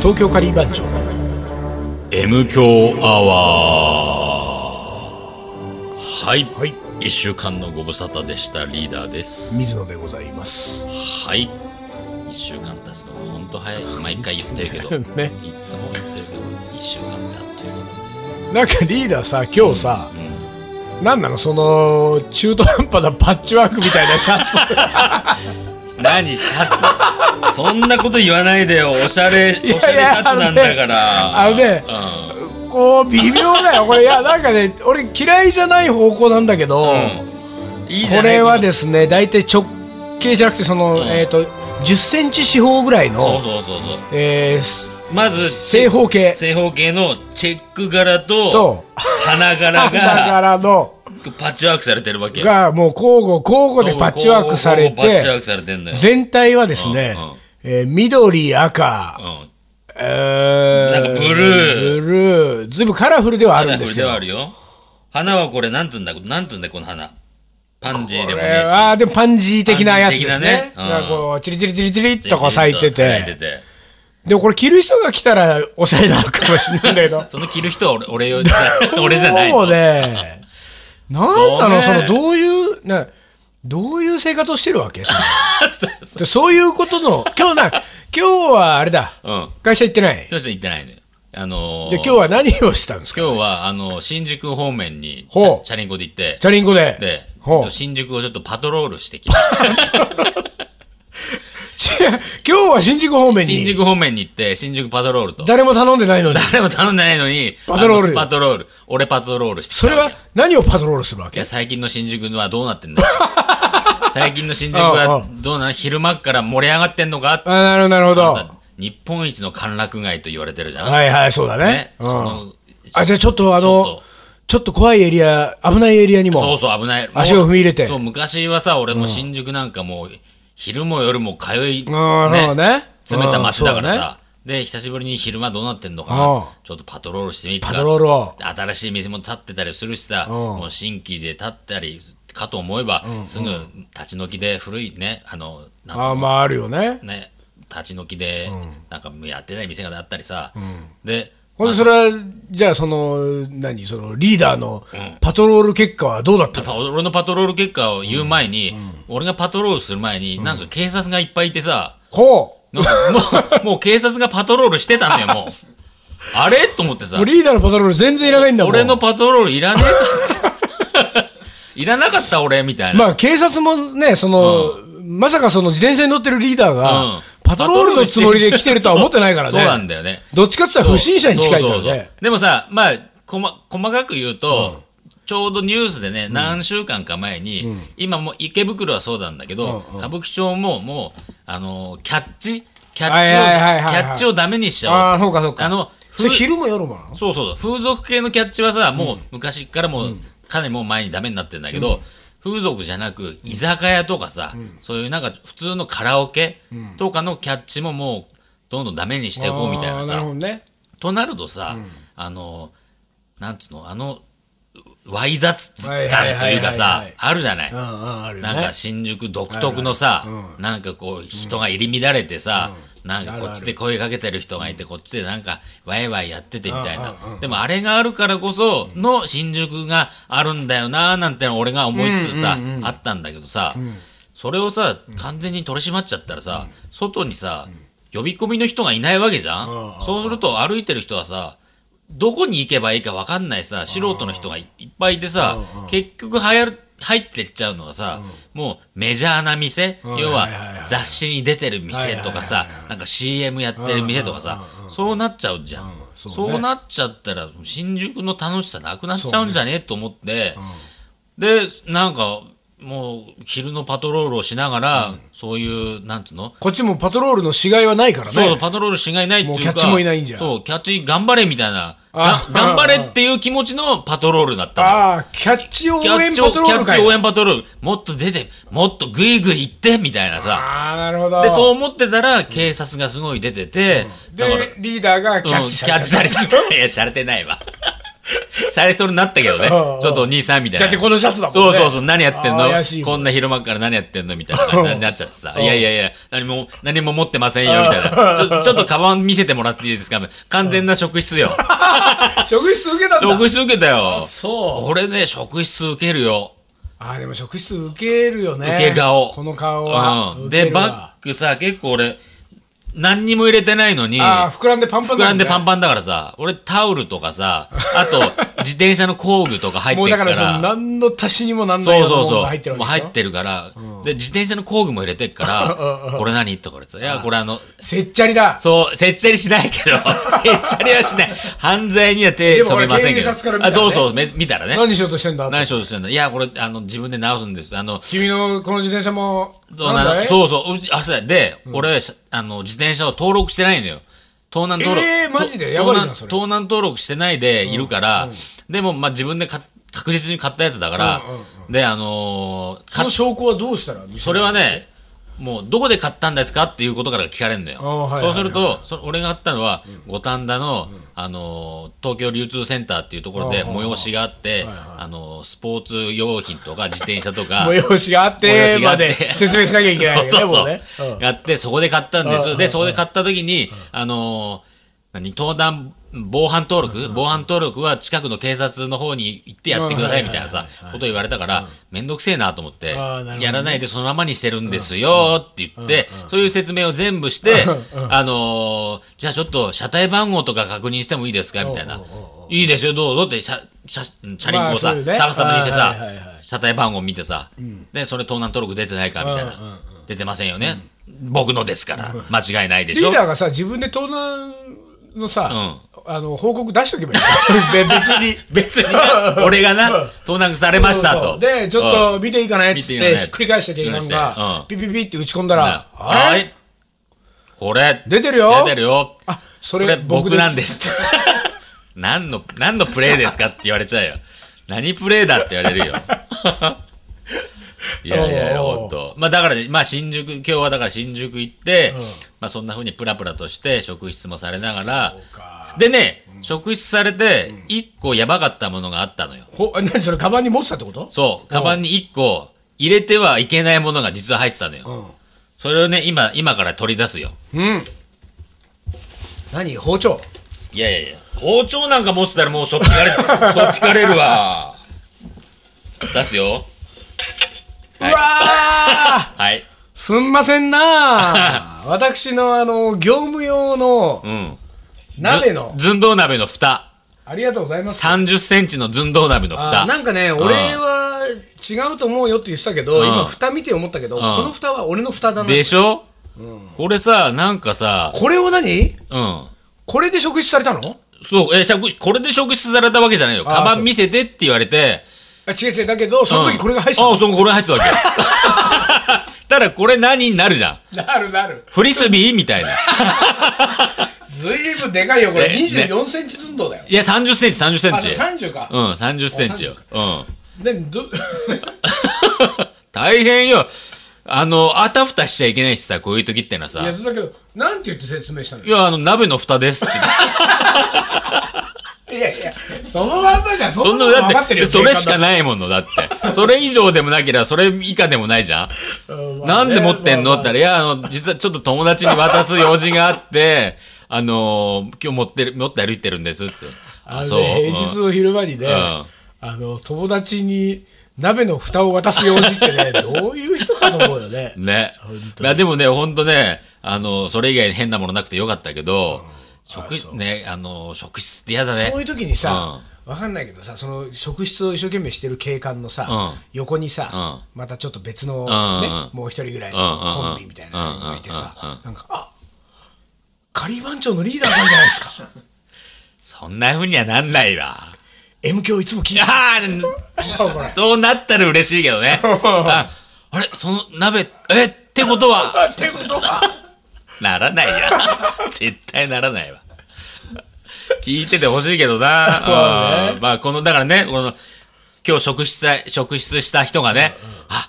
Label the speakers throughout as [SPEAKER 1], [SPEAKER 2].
[SPEAKER 1] 東京カリー番長
[SPEAKER 2] M 強アワーはい、
[SPEAKER 1] はい
[SPEAKER 2] 一週間のご無沙汰でしたリーダーです
[SPEAKER 1] 水野でございます
[SPEAKER 2] はい一週間経つのが本当早い毎回言ってるけど、
[SPEAKER 1] ね
[SPEAKER 2] いつも言ってるけど一週間ってあっという間
[SPEAKER 1] なんかリーダーさ今日さ
[SPEAKER 2] だ、ね、
[SPEAKER 1] なんなのその中途半端なパッチワークみたいなシ ャツ
[SPEAKER 2] うん、何シャツ そんなこと言わないでよおしゃれ
[SPEAKER 1] や
[SPEAKER 2] おしゃれシャツなんだから
[SPEAKER 1] あのねこう微妙だよこれいやなんかね俺嫌いじゃない方向なんだけど、
[SPEAKER 2] うん、うん、いいじゃ
[SPEAKER 1] こ
[SPEAKER 2] ない
[SPEAKER 1] れはですね大体直径じゃなくてその、
[SPEAKER 2] ん
[SPEAKER 1] えっ、と10センチ四方ぐらいの
[SPEAKER 2] そうそうそうそう
[SPEAKER 1] えーす
[SPEAKER 2] まず
[SPEAKER 1] 正方形
[SPEAKER 2] 正方形のチェック柄と
[SPEAKER 1] と
[SPEAKER 2] 花柄
[SPEAKER 1] だか
[SPEAKER 2] が
[SPEAKER 1] らの
[SPEAKER 2] パッチワークされてるわけよ。
[SPEAKER 1] がもう交互交互でパッチワークされ
[SPEAKER 2] パッチワー
[SPEAKER 1] て
[SPEAKER 2] クされてんだよ。
[SPEAKER 1] 全体はですね
[SPEAKER 2] うんうん、
[SPEAKER 1] えー緑赤、
[SPEAKER 2] うん。
[SPEAKER 1] えー
[SPEAKER 2] なんかブル
[SPEAKER 1] ブルーずいぶんカラフルではあ
[SPEAKER 2] カ
[SPEAKER 1] る
[SPEAKER 2] ラ
[SPEAKER 1] んで
[SPEAKER 2] フル
[SPEAKER 1] す
[SPEAKER 2] で
[SPEAKER 1] よ
[SPEAKER 2] はあるよ。花はこれ、なんつうんだ、なんつうんだ、この花。パンジー
[SPEAKER 1] こ
[SPEAKER 2] でも
[SPEAKER 1] れ
[SPEAKER 2] ねえし。
[SPEAKER 1] はでもパンジー的なやつですね
[SPEAKER 2] パンジ
[SPEAKER 1] な
[SPEAKER 2] ー的なねうん
[SPEAKER 1] んかこうチリチリチリチリっとこう咲いて
[SPEAKER 2] ジャケット咲い
[SPEAKER 1] てでもこれ着る人が来たらおしゃれなのかもしれないんだけ ど
[SPEAKER 2] その着る人は俺俺よ 俺じゃない
[SPEAKER 1] もう
[SPEAKER 2] の。
[SPEAKER 1] ねなんな
[SPEAKER 2] どう
[SPEAKER 1] の
[SPEAKER 2] ね
[SPEAKER 1] そのどういうなどういう生活をしてるわけそのでそういうことの、今日な、今日はあれだ、
[SPEAKER 2] うん。
[SPEAKER 1] 会社行ってない。で、
[SPEAKER 2] 教室行ってないのよ。あのー、
[SPEAKER 1] 今日は何をしたんですか
[SPEAKER 2] 今日は、あの、新宿方面に、チ
[SPEAKER 1] ほう
[SPEAKER 2] ャチャリンコで行って
[SPEAKER 1] チ、ャリンコで。
[SPEAKER 2] で、
[SPEAKER 1] ほう
[SPEAKER 2] えっと新宿をちょっとパトロールしてきました。
[SPEAKER 1] し 今日は新宿方面
[SPEAKER 2] 新
[SPEAKER 1] に、
[SPEAKER 2] 宿方面に行って、新宿パトロールと。
[SPEAKER 1] 誰も頼んで ないのに、
[SPEAKER 2] 誰も頼んでないのに、
[SPEAKER 1] パトロール
[SPEAKER 2] あのパトロール。俺パトロールしてきた
[SPEAKER 1] それは何をパトロールするわ
[SPEAKER 2] い
[SPEAKER 1] け
[SPEAKER 2] や、最近の新宿はどうなってんだ 最近の新宿
[SPEAKER 1] うん
[SPEAKER 2] は
[SPEAKER 1] う
[SPEAKER 2] どうな昼間から盛り上がってんのか
[SPEAKER 1] あ、なるほど、なるほど。
[SPEAKER 2] さ日本一の歓楽街と言われてるじゃん。
[SPEAKER 1] はいはい、そうだね
[SPEAKER 2] ね。。
[SPEAKER 1] う
[SPEAKER 2] そ
[SPEAKER 1] ん
[SPEAKER 2] の
[SPEAKER 1] あ、じゃあちょっとあ
[SPEAKER 2] ちょっ
[SPEAKER 1] の
[SPEAKER 2] と、
[SPEAKER 1] ちょっと怖いエリア、危ないエリアに
[SPEAKER 2] そう
[SPEAKER 1] も、
[SPEAKER 2] そう、危ない。
[SPEAKER 1] 足を踏み入れて
[SPEAKER 2] そう、昔はさ、俺も新宿なんかもう、昼も夜も通い、
[SPEAKER 1] うんそうね
[SPEAKER 2] 詰めた街だから
[SPEAKER 1] うんそう
[SPEAKER 2] さ。で、久しぶりに昼間どうなってんのか
[SPEAKER 1] うん
[SPEAKER 2] な。ちょっとパトロールしてみっか
[SPEAKER 1] パトロールを。
[SPEAKER 2] 新しい店も建ってたりするしさ、
[SPEAKER 1] うん
[SPEAKER 2] もう新規で建ったりかと思えば、すぐ立ち退きで古いね、あの、なんつう
[SPEAKER 1] あまああるよね
[SPEAKER 2] の。ね、立ち退きで、なんかやってない店があったりさ、で、
[SPEAKER 1] ほんで、それは、じゃあその、何、そのリーダーのパトロール結果はどうだったの
[SPEAKER 2] パ俺のパトロール結果を言う前に、俺がパトロールする前に、なんか警察がいっぱいいてさ、
[SPEAKER 1] ほう。
[SPEAKER 2] なんか もうもう警察がパトロールしてたんだよ、もう。あれと思ってさ
[SPEAKER 1] もう、リーダーのパトロール全然いらないんだもん。
[SPEAKER 2] 俺のパトロールいらねえか いらなかった俺、みたいな。
[SPEAKER 1] まあ、警察もね、その、まさかその自転車に乗ってるリーダー
[SPEAKER 2] う
[SPEAKER 1] が
[SPEAKER 2] ん、
[SPEAKER 1] パトロールのつもりで来てるとは思ってないからね。
[SPEAKER 2] そうなんだよね。
[SPEAKER 1] どっちかって言ったら不審者に近いから
[SPEAKER 2] そうそうそう
[SPEAKER 1] ね。
[SPEAKER 2] でもさ、まあ、こま、細かく言うと、ちょうどニュースでね、何週間か前に、今もう池袋はそうなんだけど、歌舞伎町ももう、あのー、キャッチキャッチを、
[SPEAKER 1] はいはいはいはい
[SPEAKER 2] キャッチをダメにしちゃお
[SPEAKER 1] あ
[SPEAKER 2] う。
[SPEAKER 1] あ、そうかそうか。
[SPEAKER 2] あの、
[SPEAKER 1] それ昼も夜もなの
[SPEAKER 2] そうそうそう、風俗系のキャッチはさ、もう昔からもう、かなりもう前にダメになってんだけど、風俗じゃなく、居酒屋とかさ、そういうなんか普通のカラオケとかのキャッチももう、どんどんダメにしていこうみたい
[SPEAKER 1] あ
[SPEAKER 2] な
[SPEAKER 1] ー
[SPEAKER 2] さ
[SPEAKER 1] なる、ほどね。
[SPEAKER 2] となるとさ、あのなんつうのあのわい雑
[SPEAKER 1] はい
[SPEAKER 2] 感
[SPEAKER 1] はいはい
[SPEAKER 2] と
[SPEAKER 1] はいはい
[SPEAKER 2] いうかさあるじゃない、
[SPEAKER 1] うんうん、あるよ
[SPEAKER 2] なん
[SPEAKER 1] ね
[SPEAKER 2] か。新宿独特のさ、なんかこう人が入り乱れてさ、なんかこっちで声かけてる人がいてこっちでなんかワイワイやっててみたいな、でもあれがあるからこその新宿があるんだよなーなんての俺が思いつつさ、あったんだけどさ、それをさ完全に取り締まっちゃったらさ、外にさ、呼び込みの人がいないわけじゃん、そうすると歩いてる人はさどこに行けばいいか分かんないさ素人の人がいいっぱいいてさ結局流行る入ってっちゃうのはさ、もうメジャーな店、要
[SPEAKER 1] はいはいはい
[SPEAKER 2] は雑誌に出てる店とかさ、なんか CM やってる店とかさ、そうなっちゃうじゃん、
[SPEAKER 1] そう
[SPEAKER 2] そう
[SPEAKER 1] ね
[SPEAKER 2] なっちゃったら新宿の楽しさなくなっちゃうんじゃねと思って、でなんかもう昼のパトロールをしながら、そういうなんつうの
[SPEAKER 1] こっちもパトロールのしがいはないからね。
[SPEAKER 2] そう、パトロールしがいないっていうか。
[SPEAKER 1] もうキャッチもいないんじゃん
[SPEAKER 2] そう、キャッチ頑張れみたいな。
[SPEAKER 1] あ
[SPEAKER 2] が頑張れっていう気持ちのパトロールだったの。
[SPEAKER 1] ああ、キャッチ応
[SPEAKER 2] キャッ
[SPEAKER 1] 援
[SPEAKER 2] チを
[SPEAKER 1] パトロール
[SPEAKER 2] キャ
[SPEAKER 1] か
[SPEAKER 2] ッチ応
[SPEAKER 1] い。
[SPEAKER 2] 援パトロール。もっと出て、もっとグイグイ行って、みたいなさ。
[SPEAKER 1] ああ、なるほど。
[SPEAKER 2] で、そう思ってたら、警察がすごい出てて、だから、
[SPEAKER 1] でリーダーがキャ
[SPEAKER 2] う
[SPEAKER 1] ッ
[SPEAKER 2] ん
[SPEAKER 1] チ
[SPEAKER 2] キ
[SPEAKER 1] さ
[SPEAKER 2] ャ
[SPEAKER 1] れ
[SPEAKER 2] ッチされてた。いや、しゃれてないわ。シャレそうになったけどね。ち
[SPEAKER 1] うんう
[SPEAKER 2] ょ
[SPEAKER 1] ん
[SPEAKER 2] っとお兄さんみた い
[SPEAKER 1] だ
[SPEAKER 2] な。
[SPEAKER 1] ってこのシャツだもんね
[SPEAKER 2] そうそうそう、何やってん
[SPEAKER 1] あ
[SPEAKER 2] の
[SPEAKER 1] ー怪しいもん
[SPEAKER 2] こんな広間から何やってんのみたいな感じになっちゃってさ。いやいやいや、何も、何も持ってませんよ、みたい な。ちょちょっとカバン見せてもらっていいですか完全な職質よ。
[SPEAKER 1] 職質受けたんだ
[SPEAKER 2] 職質受けたよ。
[SPEAKER 1] そう
[SPEAKER 2] 俺ね、職質受けるよ。
[SPEAKER 1] あーでも職質受けるよね
[SPEAKER 2] 受け顔。
[SPEAKER 1] この顔は、
[SPEAKER 2] うん。
[SPEAKER 1] 受け
[SPEAKER 2] で、
[SPEAKER 1] るわ
[SPEAKER 2] バッグさ、結構俺、何にも入れてないのに、
[SPEAKER 1] ああ膨らんでパンパン
[SPEAKER 2] 膨らんでパン
[SPEAKER 1] パ
[SPEAKER 2] パンだからさ、俺タオルとかさ、あ と自転車の工具とか入っ
[SPEAKER 1] もう
[SPEAKER 2] て
[SPEAKER 1] だ
[SPEAKER 2] る
[SPEAKER 1] か
[SPEAKER 2] から
[SPEAKER 1] その
[SPEAKER 2] ら、
[SPEAKER 1] 何の足しにもなんない
[SPEAKER 2] そ
[SPEAKER 1] よ
[SPEAKER 2] う
[SPEAKER 1] うな
[SPEAKER 2] そ
[SPEAKER 1] も
[SPEAKER 2] う
[SPEAKER 1] の
[SPEAKER 2] そう、
[SPEAKER 1] が入ってるわ
[SPEAKER 2] もう
[SPEAKER 1] けでし
[SPEAKER 2] 入
[SPEAKER 1] ょ
[SPEAKER 2] ってるから、で、自転車の工具も入れて るから、これ何とか言われてさ、いや、これあの、
[SPEAKER 1] せっちゃりだ
[SPEAKER 2] そう、せっちゃりしな いけど、せっちゃりはしない。犯罪には手
[SPEAKER 1] でも
[SPEAKER 2] 染
[SPEAKER 1] これ
[SPEAKER 2] めませんけど。
[SPEAKER 1] 警察から見たらね
[SPEAKER 2] あ、そうそう、め見たらね。
[SPEAKER 1] 何しようとしてんだって
[SPEAKER 2] 何しようとしてんだいや、これ、あの、自分で直すんです。あの、
[SPEAKER 1] 君のこの自転車も
[SPEAKER 2] そう
[SPEAKER 1] なんだい
[SPEAKER 2] そうそう、うち、あ、そうだ。で、俺、しあの、自転車を登録してないのよ。盗難登録。
[SPEAKER 1] えーマジで
[SPEAKER 2] と
[SPEAKER 1] やばいじゃん
[SPEAKER 2] 盗難
[SPEAKER 1] それ
[SPEAKER 2] 盗難登録してないでいるから、でも、まあ、自分でか確実に買ったやつだから、
[SPEAKER 1] うんうん
[SPEAKER 2] で、あのー
[SPEAKER 1] そ
[SPEAKER 2] か
[SPEAKER 1] の証拠はどうしたら
[SPEAKER 2] それはね、もう、どこで買ったんですかっていうことから聞かれるんだよ。
[SPEAKER 1] あーはいはい
[SPEAKER 2] そ
[SPEAKER 1] は
[SPEAKER 2] う
[SPEAKER 1] い
[SPEAKER 2] すると、そ俺が買ったのは、五反田の、あのー東京流通センターっていうところで
[SPEAKER 1] あー
[SPEAKER 2] 催しがあって、あのースポーツ用品とか自転車と か、
[SPEAKER 1] 催しがあってまで説明しなきゃいけないよね
[SPEAKER 2] そうそう
[SPEAKER 1] も
[SPEAKER 2] そう
[SPEAKER 1] ね
[SPEAKER 2] う、
[SPEAKER 1] ん
[SPEAKER 2] やって、そこで買ったんで
[SPEAKER 1] うん
[SPEAKER 2] す。で、そこで買った時に、あのー、何、登壇、防犯登録、防犯登録は近くの警察の方に行ってやってくださいみたいなさ、こと言われたから、めんどくせえなと思って
[SPEAKER 1] あーなるほど、ね
[SPEAKER 2] やらないでそのままにしてるんですよって言って、そういう説明を全部して、あのー、じゃあちょっと車体番号とか確認してもいいですかみたいな。いいですよ、どうぞって、車、車、車輪を
[SPEAKER 1] まあ
[SPEAKER 2] さ、
[SPEAKER 1] そうね
[SPEAKER 2] 逆さまにして
[SPEAKER 1] あーはいはいはい
[SPEAKER 2] さ、車体番号見てさ、で、それ盗難登録出てないかみたいな、
[SPEAKER 1] うんうん
[SPEAKER 2] 出てませんよね、僕のですから、間違いないで
[SPEAKER 1] リ
[SPEAKER 2] しょ
[SPEAKER 1] ー。ダーがさ自分で盗難のさあの報告出しとけばいい 別に
[SPEAKER 2] 別にな、俺がな、盗難されました
[SPEAKER 1] そうそ
[SPEAKER 2] と。
[SPEAKER 1] うでちょっ
[SPEAKER 2] うん、
[SPEAKER 1] と見ていいかねっつっ
[SPEAKER 2] 見ていいか
[SPEAKER 1] て
[SPEAKER 2] ね
[SPEAKER 1] ひっくり返した警官
[SPEAKER 2] うん
[SPEAKER 1] がピピピって打ち込んだらあ
[SPEAKER 2] は
[SPEAKER 1] れ
[SPEAKER 2] い。これ、
[SPEAKER 1] 出てるよ
[SPEAKER 2] 出てるよ。
[SPEAKER 1] あそ
[SPEAKER 2] こ
[SPEAKER 1] れ
[SPEAKER 2] れ
[SPEAKER 1] 僕
[SPEAKER 2] 僕
[SPEAKER 1] な
[SPEAKER 2] なんん
[SPEAKER 1] で
[SPEAKER 2] で すすって。何の、何のプレイですかって言われちゃうよ。何プレイだって言われ るよ。いやいやいや、
[SPEAKER 1] おー
[SPEAKER 2] ほんと。まあだからね、まあ新宿、今日はだから新宿行って、まあそんな風にプラプラとして職質もされながら、でね、職質されて、一個やばかったものがあったのよ。
[SPEAKER 1] ほあ何それカバンに持ってたってこと
[SPEAKER 2] そう、カバンに一個入れてはいけないものが実は入ってたのよ。それをね、今、今から取り出すよ。
[SPEAKER 1] うん何包丁
[SPEAKER 2] いやいやいや、包丁なんか持ってたらもうしょっぴか れる、しょっぴかれるわ。出すよ。
[SPEAKER 1] うわー
[SPEAKER 2] はい。
[SPEAKER 1] すんません なあ私のあの、業務用の
[SPEAKER 2] うん。
[SPEAKER 1] 鍋の、
[SPEAKER 2] ず寸胴鍋の蓋。
[SPEAKER 1] ありがとうございます。
[SPEAKER 2] 30センチの寸胴鍋の
[SPEAKER 1] あ
[SPEAKER 2] 蓋。
[SPEAKER 1] なんかね、
[SPEAKER 2] うん
[SPEAKER 1] 俺は違うと思うよって言ってたけど、
[SPEAKER 2] うん
[SPEAKER 1] 今蓋見て思ったけど、この蓋は俺の蓋だな。
[SPEAKER 2] でしょ、これさ、なんかさ、
[SPEAKER 1] これを何
[SPEAKER 2] うん。
[SPEAKER 1] これで食事されたの
[SPEAKER 2] そう、え、食これで食質されたわけじゃないよ。
[SPEAKER 1] あー
[SPEAKER 2] カバ
[SPEAKER 1] そう
[SPEAKER 2] ン見せてって言われて、
[SPEAKER 1] あ違う違う、だけど、その
[SPEAKER 2] うん
[SPEAKER 1] 時これが入ってた
[SPEAKER 2] ああ、そう、これ入ってたわけよ。 ただ、これ何になるじゃん。
[SPEAKER 1] なるなる。
[SPEAKER 2] フリスビーみたいな。
[SPEAKER 1] ずいぶんでかいよ、これ。
[SPEAKER 2] えね
[SPEAKER 1] 24センチ寸胴だよ。
[SPEAKER 2] いや、30センチ、30セン
[SPEAKER 1] あ、
[SPEAKER 2] チ。
[SPEAKER 1] 30か。
[SPEAKER 2] うん、30センチよ。うん。
[SPEAKER 1] で、ど、
[SPEAKER 2] 大変よ。あの、あたふたしちゃいけないしさ、こういう時ってのはさ。
[SPEAKER 1] いや、
[SPEAKER 2] い
[SPEAKER 1] そうだけど、なんて言って説明したのい
[SPEAKER 2] や、あの、鍋の蓋で すって。
[SPEAKER 1] やいや、そのまんまじゃん。そ
[SPEAKER 2] そ
[SPEAKER 1] ん
[SPEAKER 2] ん
[SPEAKER 1] な
[SPEAKER 2] な
[SPEAKER 1] の
[SPEAKER 2] の、
[SPEAKER 1] 分か
[SPEAKER 2] だ
[SPEAKER 1] っ
[SPEAKER 2] って
[SPEAKER 1] る
[SPEAKER 2] て、
[SPEAKER 1] よ。
[SPEAKER 2] それし
[SPEAKER 1] 警
[SPEAKER 2] かないもの、だって。それ以上でもなければ、それ以下でもないじゃん。
[SPEAKER 1] 官だうまあ
[SPEAKER 2] な
[SPEAKER 1] ね
[SPEAKER 2] んで持ってん
[SPEAKER 1] まあま
[SPEAKER 2] のっ
[SPEAKER 1] あ
[SPEAKER 2] て言ったら、いや、あの、実はちょっと友達に渡す用事があって、あのー今日持ってる、持って歩いてるんです、つって。
[SPEAKER 1] あのね平日の昼間にね、
[SPEAKER 2] ん
[SPEAKER 1] あの友達に鍋の蓋を渡す用事ってね、どういう人かと思うよね。
[SPEAKER 2] ね。いや、でもね、ほんとね、あの、それ以外に変なものなくてよかったけど、職質、ね、あの、職質って嫌だね。
[SPEAKER 1] そういう時にさ、わかんないけどさ、その職質を一生懸命してる警官のさ、
[SPEAKER 2] うん
[SPEAKER 1] 横にさ、またちょっと別の、
[SPEAKER 2] ん
[SPEAKER 1] ね
[SPEAKER 2] うん
[SPEAKER 1] もう一人ぐらいの
[SPEAKER 2] うんうん
[SPEAKER 1] コンビみたいなのがいてさ、なんか、あカリー番長のリーダーさんじゃないですか。
[SPEAKER 2] そんな風にはなんないわ。
[SPEAKER 1] M 響いつも聞いてる
[SPEAKER 2] あ
[SPEAKER 1] これ
[SPEAKER 2] あ、 そうなったら嬉しいけ どね。ああれ、その鍋、え、ってことは、
[SPEAKER 1] ってことは、
[SPEAKER 2] ならな いや。絶対ならないわ。聞いててほしいけ どな。うんまあ、この、だからね、この、今日職質した、職質した人がね、あ、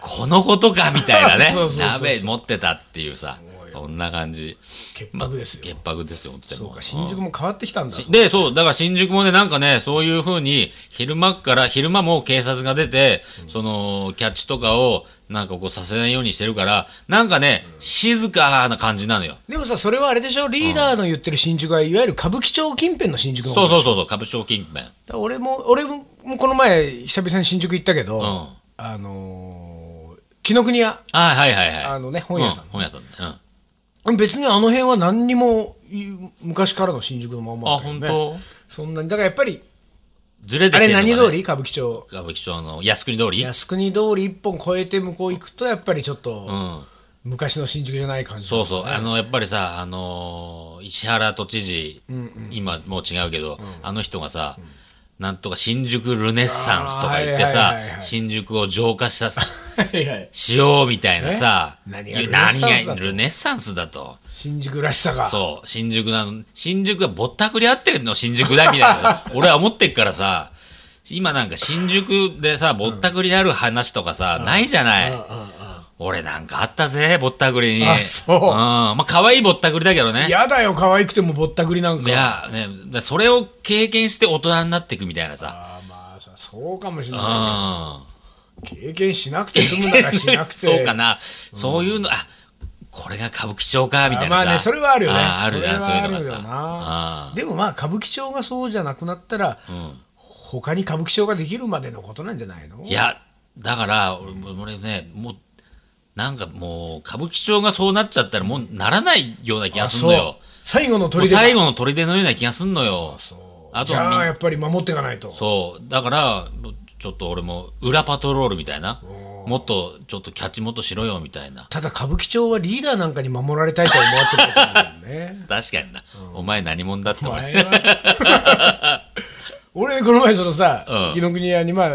[SPEAKER 2] このことか、みたいなね
[SPEAKER 1] そうそうそうそう。
[SPEAKER 2] 鍋持ってたっていうさ。こんな感じ。
[SPEAKER 1] 潔白ですよ
[SPEAKER 2] 潔白ですよ、本当に
[SPEAKER 1] そ
[SPEAKER 2] も
[SPEAKER 1] うか、新宿も変わってきたんだ。
[SPEAKER 2] で、そう、だから新宿もね、なんかね、そういうふうに、昼間から、昼間も警察が出て、その、キャッチとかを、なんかこうさせないようにしてるから、なんかね、静かな感じなのよ。
[SPEAKER 1] でもさ、それはあれでしょ、リーダーの言ってる新宿はいわゆる歌舞伎町近辺の新宿の
[SPEAKER 2] そう
[SPEAKER 1] う
[SPEAKER 2] そうそうそう、歌舞伎町近辺。
[SPEAKER 1] 俺も、俺もこの前、久々に新宿行ったけど、
[SPEAKER 2] ん
[SPEAKER 1] あのー、紀ノ国屋、
[SPEAKER 2] あはいはいはい。
[SPEAKER 1] あのね本屋さん
[SPEAKER 2] う本屋さんね。うん。
[SPEAKER 1] 別にあの辺は何にもいう昔からの新宿のまんまだ
[SPEAKER 2] あ、
[SPEAKER 1] ったよ
[SPEAKER 2] 本
[SPEAKER 1] ね
[SPEAKER 2] 当
[SPEAKER 1] そんなに、だからやっぱり、
[SPEAKER 2] ずれて
[SPEAKER 1] あれ
[SPEAKER 2] きてるのか、ね、
[SPEAKER 1] 何通り歌舞伎町。
[SPEAKER 2] 歌舞伎町の靖国通り
[SPEAKER 1] 靖国通り一本越えて向こう行くと、やっぱりちょっと、昔の新宿じゃない感じ。
[SPEAKER 2] そうそう、あの、やっぱりさ、あのー石原都知事、今もう違うけど、あの人がさ、なんとか新宿ルネッサンスとか言って
[SPEAKER 1] あー
[SPEAKER 2] さ
[SPEAKER 1] はいはいはいは、い
[SPEAKER 2] 新宿を浄化したさ、
[SPEAKER 1] はいはい
[SPEAKER 2] しようみたいなさ、
[SPEAKER 1] え何
[SPEAKER 2] い
[SPEAKER 1] が
[SPEAKER 2] や
[SPEAKER 1] ルネッサンスだと
[SPEAKER 2] 何がルネッサ
[SPEAKER 1] 新宿ら
[SPEAKER 2] ンスだと。
[SPEAKER 1] しさが。
[SPEAKER 2] そう、新宿なの、新宿がぼったくり合ってるの、新宿だ、みたいな さ、俺は思ってっからさ、今なんか新宿でさ、ぼったくりある話とかさ、ないじゃない。俺なんかあったぜ、ぼったくりに。。
[SPEAKER 1] あそうん
[SPEAKER 2] まあ、可愛いぼったくりだけどね。
[SPEAKER 1] やだよ、可愛くてもぼったくりなんか。
[SPEAKER 2] いや、ね、だそれを経験して大人になっていくみたいなさ。
[SPEAKER 1] あーまあさそうかもしれ
[SPEAKER 2] う。
[SPEAKER 1] なんい経験しなくて済むならしなくて
[SPEAKER 2] そうかな。そういうの、あ、これが歌舞伎町か、みたいな
[SPEAKER 1] ま
[SPEAKER 2] さ。
[SPEAKER 1] あねそれはあるよね
[SPEAKER 2] ああるじゃん、
[SPEAKER 1] そ
[SPEAKER 2] そ
[SPEAKER 1] れ
[SPEAKER 2] うい
[SPEAKER 1] は
[SPEAKER 2] う
[SPEAKER 1] あ
[SPEAKER 2] のが
[SPEAKER 1] るよ
[SPEAKER 2] さ
[SPEAKER 1] な。でもまあ歌舞伎町がそうじゃなくなったら、他に歌舞伎町ができるまでのことなんじゃないの
[SPEAKER 2] いや、だから、俺も俺ね、もう、なんかもう、歌舞伎町がそうなっちゃったら、もうならないような気がするの
[SPEAKER 1] そう
[SPEAKER 2] よ。
[SPEAKER 1] 最後の
[SPEAKER 2] もう
[SPEAKER 1] 砦だ
[SPEAKER 2] 最後の砦のような気がするのよ。あと
[SPEAKER 1] じ
[SPEAKER 2] はみ
[SPEAKER 1] ゃ
[SPEAKER 2] ん
[SPEAKER 1] あやっぱり守っていかないと
[SPEAKER 2] そう。だから、もうちょっと俺も、裏パトロールみたいな。もっと、ちょっとキャッチもっとしろよ、みたいな。
[SPEAKER 1] ただ歌舞伎町はリーダーなんかに守られたいと思ってることなんだよ ね
[SPEAKER 2] 確かにな。お前何者だって
[SPEAKER 1] お
[SPEAKER 2] 思われ
[SPEAKER 1] 前
[SPEAKER 2] て。
[SPEAKER 1] は 俺この前そのさ
[SPEAKER 2] うん
[SPEAKER 1] 紀ノ国屋にまあ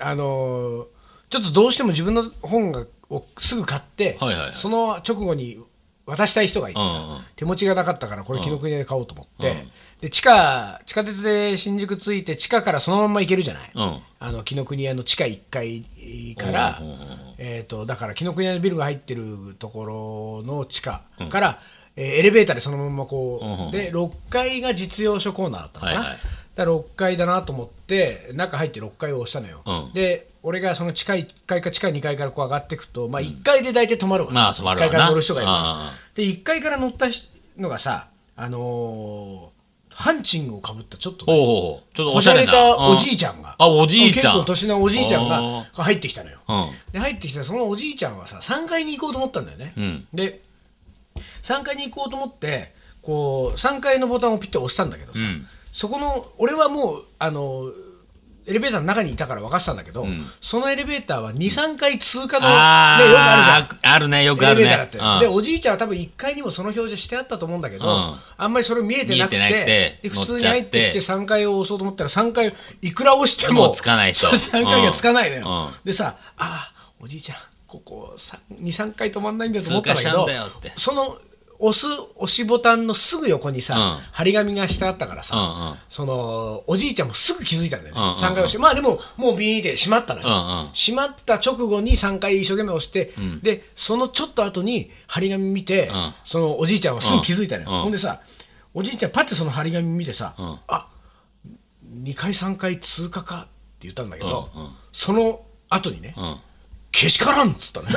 [SPEAKER 1] あのーちょっとどうしても自分の本がをすぐ買って、
[SPEAKER 2] はいはいはい
[SPEAKER 1] その直後に渡したい人がいてさ、
[SPEAKER 2] うんうん
[SPEAKER 1] 手持ちがなかったからこれ紀ノ国屋で買おうと思って、で地下地下鉄で新宿着いて地下からそのまんま行けるじゃない、
[SPEAKER 2] うん
[SPEAKER 1] あの紀ノ国屋の地下1階から、
[SPEAKER 2] うんうんうん
[SPEAKER 1] えー、とだから紀ノ国屋のビルが入ってるところの地下から、えーエレベーターでそのままこう、
[SPEAKER 2] うんうん
[SPEAKER 1] で6階が実用書コーナーだったのかな、
[SPEAKER 2] はいはい
[SPEAKER 1] だから6階だなと思って中入って6階を押したのよ、
[SPEAKER 2] うん
[SPEAKER 1] で俺がその地下1階か地下2階からこう上がっていくと、まあ、1階で大体止まるわ、
[SPEAKER 2] まあ止まるわな
[SPEAKER 1] 1階から乗る人がいるから
[SPEAKER 2] うんうんうん
[SPEAKER 1] で1階から乗った人のがさあのーハンチングをかぶったちょっとね、
[SPEAKER 2] ほうほうほう。ちょっと
[SPEAKER 1] こ
[SPEAKER 2] おし
[SPEAKER 1] じゃ
[SPEAKER 2] ゃれ
[SPEAKER 1] れ
[SPEAKER 2] な。
[SPEAKER 1] た
[SPEAKER 2] う
[SPEAKER 1] おじいちゃんが、
[SPEAKER 2] あ、おじいちゃん。
[SPEAKER 1] 結構年のおじいちゃん
[SPEAKER 2] あ
[SPEAKER 1] が
[SPEAKER 2] ー
[SPEAKER 1] 入ってきたのよ、
[SPEAKER 2] うん
[SPEAKER 1] で入ってきたそのおじいちゃんはさ3階に行こうと思ったんだよね、
[SPEAKER 2] ん
[SPEAKER 1] で3階に行こうと思ってこう3階のボタンをピッて押したんだけどさ、
[SPEAKER 2] ん
[SPEAKER 1] そこの俺はもうあのエレベーターの中にいたから分かってたんだけど、そのエレベーターは23回通過の、
[SPEAKER 2] あー
[SPEAKER 1] ね、よくあるじゃん
[SPEAKER 2] あるね、よくあ
[SPEAKER 1] エレ
[SPEAKER 2] る
[SPEAKER 1] ベーターだっ
[SPEAKER 2] ね
[SPEAKER 1] て、。
[SPEAKER 2] うん
[SPEAKER 1] でおじいちゃんは多分1階にもその表示してあったと思うんだけど、
[SPEAKER 2] うん
[SPEAKER 1] あんまりそれ見えてなくて
[SPEAKER 2] 見えてなくて
[SPEAKER 1] で普通
[SPEAKER 2] 乗っ
[SPEAKER 1] に
[SPEAKER 2] ちゃっ
[SPEAKER 1] 入
[SPEAKER 2] て
[SPEAKER 1] ってきて3階を押そうと思ったら3階いくら押しても
[SPEAKER 2] もうつかな いと
[SPEAKER 1] 3階がつかないのよ、
[SPEAKER 2] うん
[SPEAKER 1] でさああおじいちゃんここ23回止まんないんだと思ったんだけ
[SPEAKER 2] 通過
[SPEAKER 1] ど
[SPEAKER 2] しちゃうんだよって
[SPEAKER 1] その押す押しボタンのすぐ横にさ、
[SPEAKER 2] うん
[SPEAKER 1] 張り紙がしてあったからさ、
[SPEAKER 2] うんうん
[SPEAKER 1] そのおじいちゃんもすぐ気づいたんだよね、
[SPEAKER 2] うんうんうん
[SPEAKER 1] 3回押してまあでももうビーンって閉まったのよ、
[SPEAKER 2] うんうん
[SPEAKER 1] 閉まった直後に3回一生懸命押して、でそのちょっと後に張り紙見て、
[SPEAKER 2] ん
[SPEAKER 1] そのおじいちゃんはすぐ気づいたのよ、
[SPEAKER 2] うん
[SPEAKER 1] ほんでさおじいちゃんパッてその張り紙見てさ「
[SPEAKER 2] ん
[SPEAKER 1] あ2回3回通過か」って言ったんだけど、
[SPEAKER 2] うんうん
[SPEAKER 1] その後にね、
[SPEAKER 2] ん
[SPEAKER 1] けしからんっつったの よ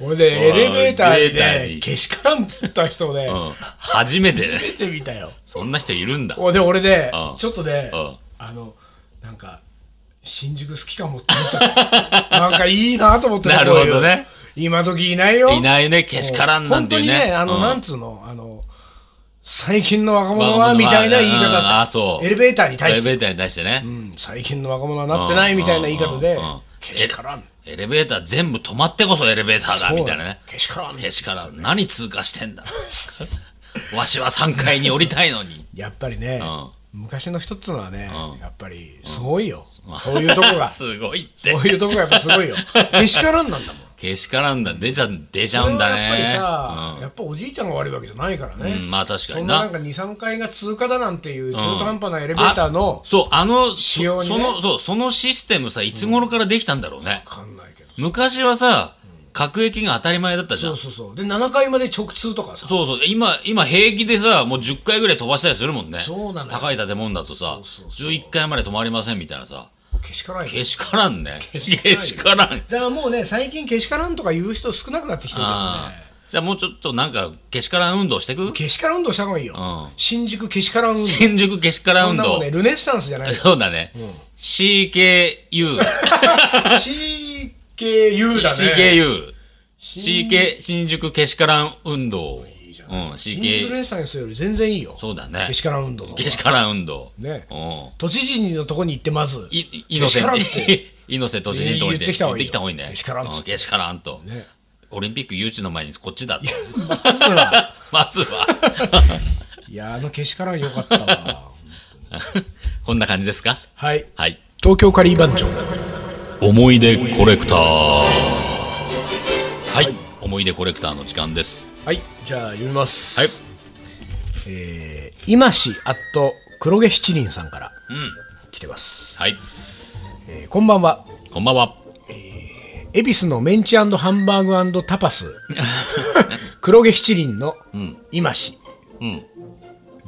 [SPEAKER 1] 俺でエレベーター
[SPEAKER 2] エレベーター
[SPEAKER 1] でね
[SPEAKER 2] に
[SPEAKER 1] けしからんっつった人で、
[SPEAKER 2] うん初めてね
[SPEAKER 1] 初めて見たよ
[SPEAKER 2] そんな人いるんだ。
[SPEAKER 1] おで俺ね
[SPEAKER 2] うん
[SPEAKER 1] ちょっとね
[SPEAKER 2] うん
[SPEAKER 1] あのなんか新宿好きかもって思っちゃった なんかいいなと思って
[SPEAKER 2] なるほどね
[SPEAKER 1] こういう今時いないよ
[SPEAKER 2] いないね、けしからんなんてい
[SPEAKER 1] 本当
[SPEAKER 2] う
[SPEAKER 1] に
[SPEAKER 2] ね。
[SPEAKER 1] ねあの、
[SPEAKER 2] うん
[SPEAKER 1] なんつうのあの最近の若者は
[SPEAKER 2] 若者は
[SPEAKER 1] みたいな言い方
[SPEAKER 2] うん
[SPEAKER 1] だ
[SPEAKER 2] あ
[SPEAKER 1] った
[SPEAKER 2] そう
[SPEAKER 1] エレベーターに対
[SPEAKER 2] エレ
[SPEAKER 1] し
[SPEAKER 2] ベ
[SPEAKER 1] て
[SPEAKER 2] ーターに対してね。
[SPEAKER 1] うん最近の若者はなってないみたいな言い方で
[SPEAKER 2] うんうんうん
[SPEAKER 1] けしからん
[SPEAKER 2] エレベーター全部止まってこそエレベーターだ、みたいなね。
[SPEAKER 1] けしからん
[SPEAKER 2] けしからん、何通過してんだ。わしは3階に降りたいのに。
[SPEAKER 1] やっぱりね
[SPEAKER 2] うん
[SPEAKER 1] 昔の人っつうのはね
[SPEAKER 2] うん
[SPEAKER 1] やっぱりすごいよそういうとこ がそ
[SPEAKER 2] すごいって
[SPEAKER 1] う。いうとこがやっぱすごいよ けしからんなんだもん
[SPEAKER 2] けしからんだ、出ちゃ、出ちゃうんだね。
[SPEAKER 1] やっぱりさ、やっぱおじいちゃんが悪いわけじゃないからね、
[SPEAKER 2] うんまあ確か
[SPEAKER 1] そ
[SPEAKER 2] に
[SPEAKER 1] ん
[SPEAKER 2] な
[SPEAKER 1] ななんか23階が通過だなんていう中途半端なエレベーターの、
[SPEAKER 2] そう、あの、そ
[SPEAKER 1] 仕様にね
[SPEAKER 2] その、そう、そのシステムさ、いつ頃からできたんだろうね。
[SPEAKER 1] わかんないけど
[SPEAKER 2] 昔はさ、各駅が当たり前だったじゃ
[SPEAKER 1] そ
[SPEAKER 2] ん
[SPEAKER 1] う。そうそうで7階まで直通とかさ
[SPEAKER 2] そうそう。今、今平気でさ、もう10回ぐらい飛ばしたりするもんね。
[SPEAKER 1] そうなのよ
[SPEAKER 2] 高い建物だとさ、
[SPEAKER 1] そうそう
[SPEAKER 2] 11回まで止まりませんみたいなさ。
[SPEAKER 1] けしからんよ
[SPEAKER 2] けしからんね。け
[SPEAKER 1] しからんよ
[SPEAKER 2] しからん。
[SPEAKER 1] だからもうね最近けしからんとか言う人少なくなってきてるから
[SPEAKER 2] あ
[SPEAKER 1] ね
[SPEAKER 2] ーじゃあもうちょっとなんか、けしからん運動してく
[SPEAKER 1] けしからん運動した方がいいよ、
[SPEAKER 2] ん
[SPEAKER 1] 新宿けしからん運動
[SPEAKER 2] 新宿けしから
[SPEAKER 1] こん
[SPEAKER 2] 運
[SPEAKER 1] なもん
[SPEAKER 2] 動
[SPEAKER 1] ね。ルネッサンスじゃない よ
[SPEAKER 2] そうだね。CKU。
[SPEAKER 1] CKU だね
[SPEAKER 2] CKU。CK、新宿けしからん運動。うん、
[SPEAKER 1] 新宿ル
[SPEAKER 2] CK。
[SPEAKER 1] ネッサンスより全然いいよ
[SPEAKER 2] そうだね
[SPEAKER 1] け。しからん運動の方が
[SPEAKER 2] けしからん運動。
[SPEAKER 1] ね
[SPEAKER 2] うん。
[SPEAKER 1] 都知事のとこに行ってまず
[SPEAKER 2] い、い猪
[SPEAKER 1] けしからんっ
[SPEAKER 2] 瀬
[SPEAKER 1] て、
[SPEAKER 2] 猪瀬都知事通りで
[SPEAKER 1] 言ってきた方が
[SPEAKER 2] 言っ
[SPEAKER 1] いいよ
[SPEAKER 2] てきた方がいいね。
[SPEAKER 1] けしからんっつって
[SPEAKER 2] うけしからんと。
[SPEAKER 1] ね
[SPEAKER 2] オリンピック誘致の前にこっちだと。
[SPEAKER 1] まずは
[SPEAKER 2] まずは。
[SPEAKER 1] いやあのけしからんよかったわ
[SPEAKER 2] こんな感じですか
[SPEAKER 1] はい
[SPEAKER 2] はい。
[SPEAKER 1] 東京カリー番長
[SPEAKER 2] 思い出コレクター。はい。思い出コレクターの時間です。
[SPEAKER 1] はいじゃあ読みます
[SPEAKER 2] はい
[SPEAKER 1] えー、今しアット黒毛七輪さんから来てます、
[SPEAKER 2] はい。
[SPEAKER 1] えーこんばんは
[SPEAKER 2] こんばんは。
[SPEAKER 1] 恵比寿のメンチハンバーグタパ ス黒毛七輪の今し
[SPEAKER 2] うん。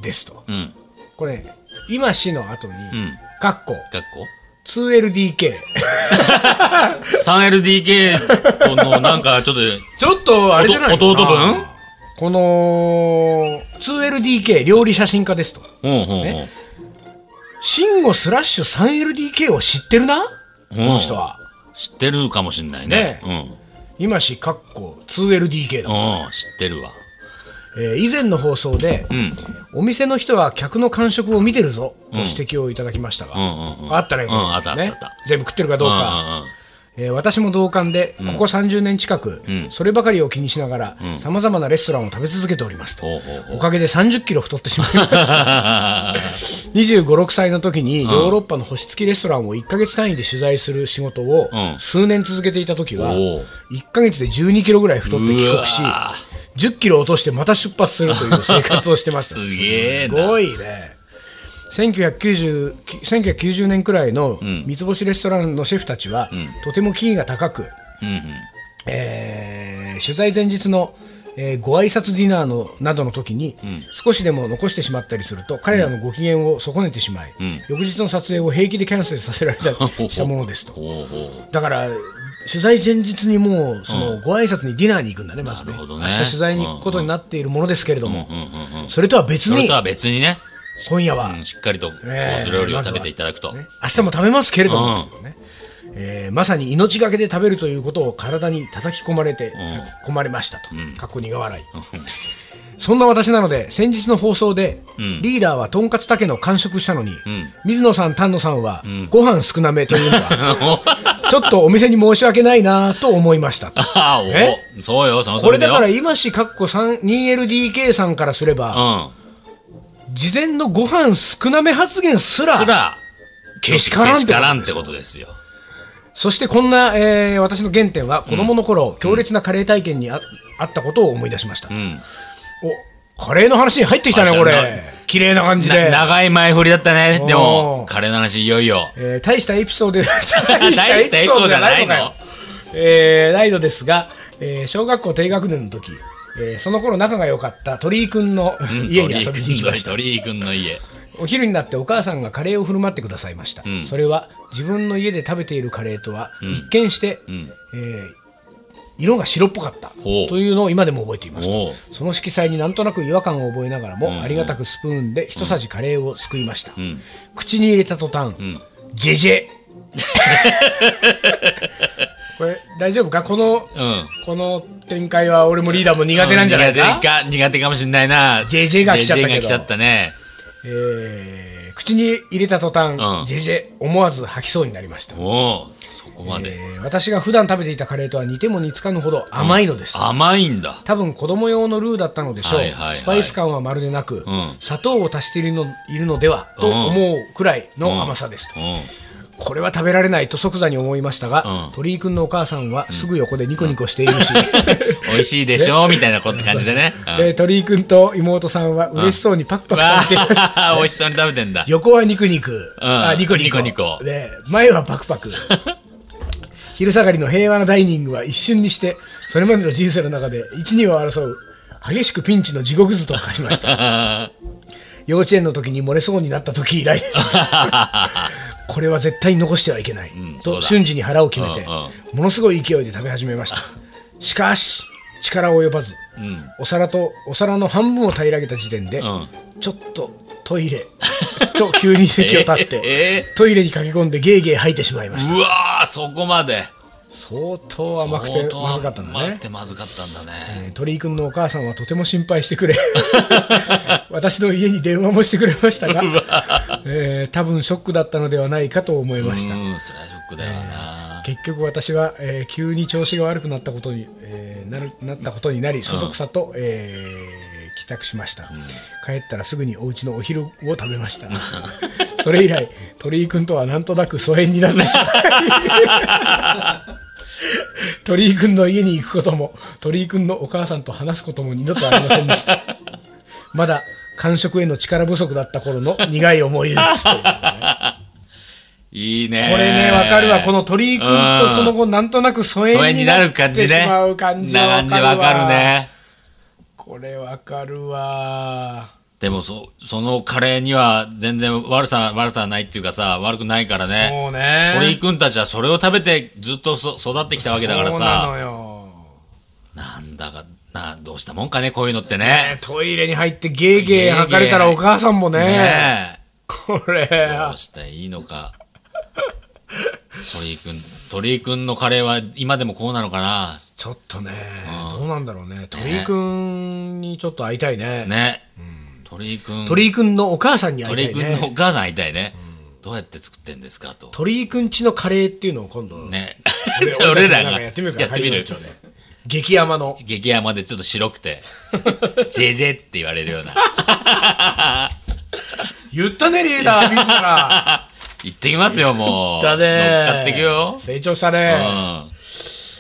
[SPEAKER 1] ですと、
[SPEAKER 2] うん。
[SPEAKER 1] これ今しの後に、
[SPEAKER 2] ん
[SPEAKER 1] かっこ
[SPEAKER 2] 学校
[SPEAKER 1] 2LDK
[SPEAKER 2] 3LDK のなんか ちょっと、
[SPEAKER 1] ちょっとあれじゃない
[SPEAKER 2] 弟
[SPEAKER 1] かな
[SPEAKER 2] 分
[SPEAKER 1] この 2LDK 料理写真家ですと
[SPEAKER 2] うんうんうん
[SPEAKER 1] ね。慎吾スラッシュ 3LDK を知ってるなこの人は
[SPEAKER 2] 知ってるかもしんないね。
[SPEAKER 1] 今しかっこ 2LDK だ、
[SPEAKER 2] うん。うん。知ってるわ。
[SPEAKER 1] えー以前の放送で、
[SPEAKER 2] うん。
[SPEAKER 1] お店の人は客の感触を見てるぞと指摘をいただきましたが、
[SPEAKER 2] うんうんうん
[SPEAKER 1] あったね、これ
[SPEAKER 2] うんあったあった
[SPEAKER 1] ね
[SPEAKER 2] あった
[SPEAKER 1] 全部食ってるかどうか、えー私も同感で、ここ30年近く、そればかりを気にしながら、さまざまなレストランを食べ続けておりますと、
[SPEAKER 2] ほうほうほう
[SPEAKER 1] おかげで30キロ太ってしまいました 25、6歳の時に、ヨーロッパの星付きレストランを1か月単位で取材する仕事を
[SPEAKER 2] うん
[SPEAKER 1] 数年続けていた時は、
[SPEAKER 2] おう
[SPEAKER 1] 1か月で12キロぐらい太って帰国し
[SPEAKER 2] うわ、
[SPEAKER 1] 10キロ落としてまた出発するという生活をしてました。
[SPEAKER 2] すげえな
[SPEAKER 1] すごいね。1990, 1990年くらいの三つ星レストランのシェフたちは、とてもキーが高く、
[SPEAKER 2] うんうん。
[SPEAKER 1] えー取材前日の、えーご挨拶ディナーのなどの時に、少しでも残してしまったりすると彼らのご機嫌を損ねてしまい、翌日の撮影を平気でキャンセルさせられたり したものですと
[SPEAKER 2] ほうほう。
[SPEAKER 1] だから取材前日にもうそのご挨拶にディナーに行くんだねまずね
[SPEAKER 2] なるほどね
[SPEAKER 1] 明日取材に行くことになっているものですけれども、それとは別
[SPEAKER 2] それ
[SPEAKER 1] に
[SPEAKER 2] とは別にね、
[SPEAKER 1] 今夜は
[SPEAKER 2] うんしっかりとコ
[SPEAKER 1] え
[SPEAKER 2] ース料理を食べていただくと。
[SPEAKER 1] ね明日も食べますけれども、ねえーまさに命がけで食べるということを体に叩き込まれて、込まれましたと、かっこ苦笑い、そんな私なので先日の放送で、リーダーはとんかつたけの完食したのに、水野さん丹野さんは、ご飯少なめというの はちょっとお店に申し訳ないなと思いましたと
[SPEAKER 2] ああ、おそうよ、その
[SPEAKER 1] これだから
[SPEAKER 2] よ。
[SPEAKER 1] 今しかっこ 2LDK さんからすれば、
[SPEAKER 2] うん。
[SPEAKER 1] 事前のご飯少なめ発言すら
[SPEAKER 2] すら、
[SPEAKER 1] けしからんってことですよ
[SPEAKER 2] らんってことですよ。
[SPEAKER 1] そしてこんな、えー私の原点は子供の頃、強烈なカレー体験にあ,、あったことを思い出しました、
[SPEAKER 2] ん
[SPEAKER 1] おカレーの話に入ってきたね
[SPEAKER 2] あ
[SPEAKER 1] こ
[SPEAKER 2] そう
[SPEAKER 1] れ
[SPEAKER 2] ね
[SPEAKER 1] 綺麗な感じ
[SPEAKER 2] な
[SPEAKER 1] で、
[SPEAKER 2] 長い前振りだったね。で
[SPEAKER 1] お
[SPEAKER 2] も
[SPEAKER 1] ー、
[SPEAKER 2] 彼の話いよいよ。
[SPEAKER 1] えー大したエピソード大
[SPEAKER 2] 大したエピソードじゃないの
[SPEAKER 1] かよえーないのですが、えー小学校低学年の時、えーその頃仲が良かった鳥居くんの家に遊びに行きました、
[SPEAKER 2] 鳥居君の家。
[SPEAKER 1] お昼になってお母さんがカレーを振る舞ってくださいました、それは自分の家で食べているカレーとは一見して、えー色が白っぽかった
[SPEAKER 2] ほう
[SPEAKER 1] というのを今でも覚えています
[SPEAKER 2] おう
[SPEAKER 1] その色彩になんとなく違和感を覚えながらも、ありがたくスプーンで一さじカレーをすくいました、口に入れた途端、ジェジェこれ大丈夫かこの、
[SPEAKER 2] うん。
[SPEAKER 1] この展開は俺もリーダーも苦手なんじゃないか、
[SPEAKER 2] 苦手か苦手かもしんないな。
[SPEAKER 1] JJ が来ちゃったけど
[SPEAKER 2] JJ が来ちゃったね。
[SPEAKER 1] えー口に入れた途端、
[SPEAKER 2] うん
[SPEAKER 1] ジェジェ思わず吐きそうになりました、
[SPEAKER 2] おおそこまで。
[SPEAKER 1] えー私が普段食べていたカレーとは似ても似つかぬほど甘いのです、
[SPEAKER 2] 甘いんだ。
[SPEAKER 1] 多分子供用のルーだったのでしょう、
[SPEAKER 2] はいはいはい
[SPEAKER 1] スパイス感はまるでなく、
[SPEAKER 2] ん
[SPEAKER 1] 砂糖を足しているのいるのではと思うくらいの甘さですと、
[SPEAKER 2] う
[SPEAKER 1] これは食べられないと即座に思いましたが、
[SPEAKER 2] うん
[SPEAKER 1] 鳥居くんのお母さんはすぐ横でニコニコしているし、
[SPEAKER 2] ん。美味しいでしょみたいなこと感じでね。うん
[SPEAKER 1] えー鳥居くんと妹さんは嬉しそうにパクパク
[SPEAKER 2] わ
[SPEAKER 1] 食べています、
[SPEAKER 2] あ、 美味しそうに食べてんだ。
[SPEAKER 1] 横はニクニク、
[SPEAKER 2] うん
[SPEAKER 1] あニコニコ
[SPEAKER 2] ニコニ コ
[SPEAKER 1] で前はパクパク引昼下がりの平和なダイニングは一瞬にしてそれまでの人生の中で12を争う激しくピンチの地獄図と化しました 幼稚園の時に漏れそうになった時以来です これは絶対に残してはいけない、
[SPEAKER 2] んそう
[SPEAKER 1] と
[SPEAKER 2] だ
[SPEAKER 1] 瞬時に腹を決めて、
[SPEAKER 2] うんうん
[SPEAKER 1] ものすごい勢いで食べ始めましたしかし力及ばず、お皿とお皿の半分を平らげた時点で、
[SPEAKER 2] ん
[SPEAKER 1] ちょっとトイレと急に席を立って、
[SPEAKER 2] え
[SPEAKER 1] トイレに駆け込んでゲーゲー吐いてしまいました
[SPEAKER 2] うわーそこまで
[SPEAKER 1] 相当甘くて
[SPEAKER 2] 相当
[SPEAKER 1] まずかったんだ
[SPEAKER 2] 甘
[SPEAKER 1] ね
[SPEAKER 2] くてまずかったんだね
[SPEAKER 1] えー鳥居君のお母さんはとても心配してくれ 私の家に電話もしてくれましたが、えー多分ショックだったのではないかと思いました
[SPEAKER 2] うんそれはショックだよな、
[SPEAKER 1] 結局私は、えー急に調子が悪くなったことに、えーなるなったことになりそそくさと、えー帰宅しました、帰ったらすぐにお家のお昼を食べました それ以来鳥居君とはなんとなく疎遠になってしまい鳥居君の家に行くことも鳥居君のお母さんと話すことも二度とありませんでしたまだ感触への力不足だった頃の苦い思い出ですという
[SPEAKER 2] いいね
[SPEAKER 1] これね、わかるわ。この鳥居くんとその後、なんとなく疎
[SPEAKER 2] 疎
[SPEAKER 1] 遠
[SPEAKER 2] 遠
[SPEAKER 1] に
[SPEAKER 2] にな
[SPEAKER 1] な
[SPEAKER 2] る
[SPEAKER 1] っ
[SPEAKER 2] 感
[SPEAKER 1] て
[SPEAKER 2] じ
[SPEAKER 1] し
[SPEAKER 2] ね
[SPEAKER 1] まう感じ
[SPEAKER 2] な感じわかる。ね
[SPEAKER 1] これわかるわ。
[SPEAKER 2] でもそそのカレーには全然悪さ悪さはないっていうかさ悪くないからね
[SPEAKER 1] そうね。
[SPEAKER 2] 堀井君たちはそれを食べてずっとそ育ってきたわけだから
[SPEAKER 1] そうな
[SPEAKER 2] さ
[SPEAKER 1] のよ。
[SPEAKER 2] なんだかなどうしたもんかねこういうのって
[SPEAKER 1] ね
[SPEAKER 2] ね
[SPEAKER 1] トイレに入ってゲーゲー吐かれたらお母さんもね、
[SPEAKER 2] ね
[SPEAKER 1] これ、
[SPEAKER 2] えどうしていいのか鳥居君鳥居君のカレーは今でもこうなのかな
[SPEAKER 1] ちょっとね、どうなんだろうね。鳥居くんにちょっと会いたいね。
[SPEAKER 2] ね、鳥居君
[SPEAKER 1] 鳥居くんのお母さんに会
[SPEAKER 2] 鳥居
[SPEAKER 1] いたい
[SPEAKER 2] 君の
[SPEAKER 1] ね。
[SPEAKER 2] お母さん会いたいね、どうやって作ってんですかと
[SPEAKER 1] 鳥居くんちのカレーっていうのを今度、
[SPEAKER 2] ね
[SPEAKER 1] 俺
[SPEAKER 2] 俺
[SPEAKER 1] ら
[SPEAKER 2] ら
[SPEAKER 1] が
[SPEAKER 2] が
[SPEAKER 1] やってみるか
[SPEAKER 2] やってみる
[SPEAKER 1] カレー番長で激甘の。
[SPEAKER 2] 激甘でちょっと白くてジェジェって言われるような
[SPEAKER 1] 言ったね、リーダー、自ら。
[SPEAKER 2] 行ってきますよもう
[SPEAKER 1] だね
[SPEAKER 2] 乗っかってくよ、
[SPEAKER 1] 成長したね。
[SPEAKER 2] うん、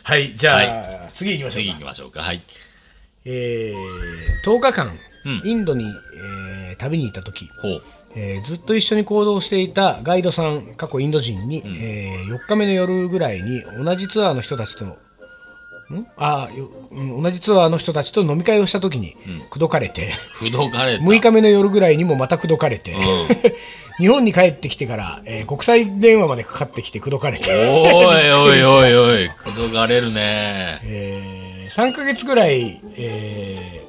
[SPEAKER 1] はい、じゃあ、次行きましょう
[SPEAKER 2] 次
[SPEAKER 1] か。
[SPEAKER 2] 行きましょうかはい
[SPEAKER 1] えー、10日間、
[SPEAKER 2] うん
[SPEAKER 1] インドに、えー旅に行った時、
[SPEAKER 2] ほう
[SPEAKER 1] えーずっと一緒に行動していたガイドさん、過去インド人に、え4日目の夜ぐらいに同じツアーの人たちと、んあーようん同じツアーの人たちと飲み会をした時に、口説かれて、
[SPEAKER 2] 不動カレー
[SPEAKER 1] 6日目の夜ぐらいにもまた口説かれて、 日本に帰ってきてから、えー国際電話までかかってきて口説かれて、
[SPEAKER 2] おいおいおい おいくどがれるね
[SPEAKER 1] えー3ヶ月ぐらい、えー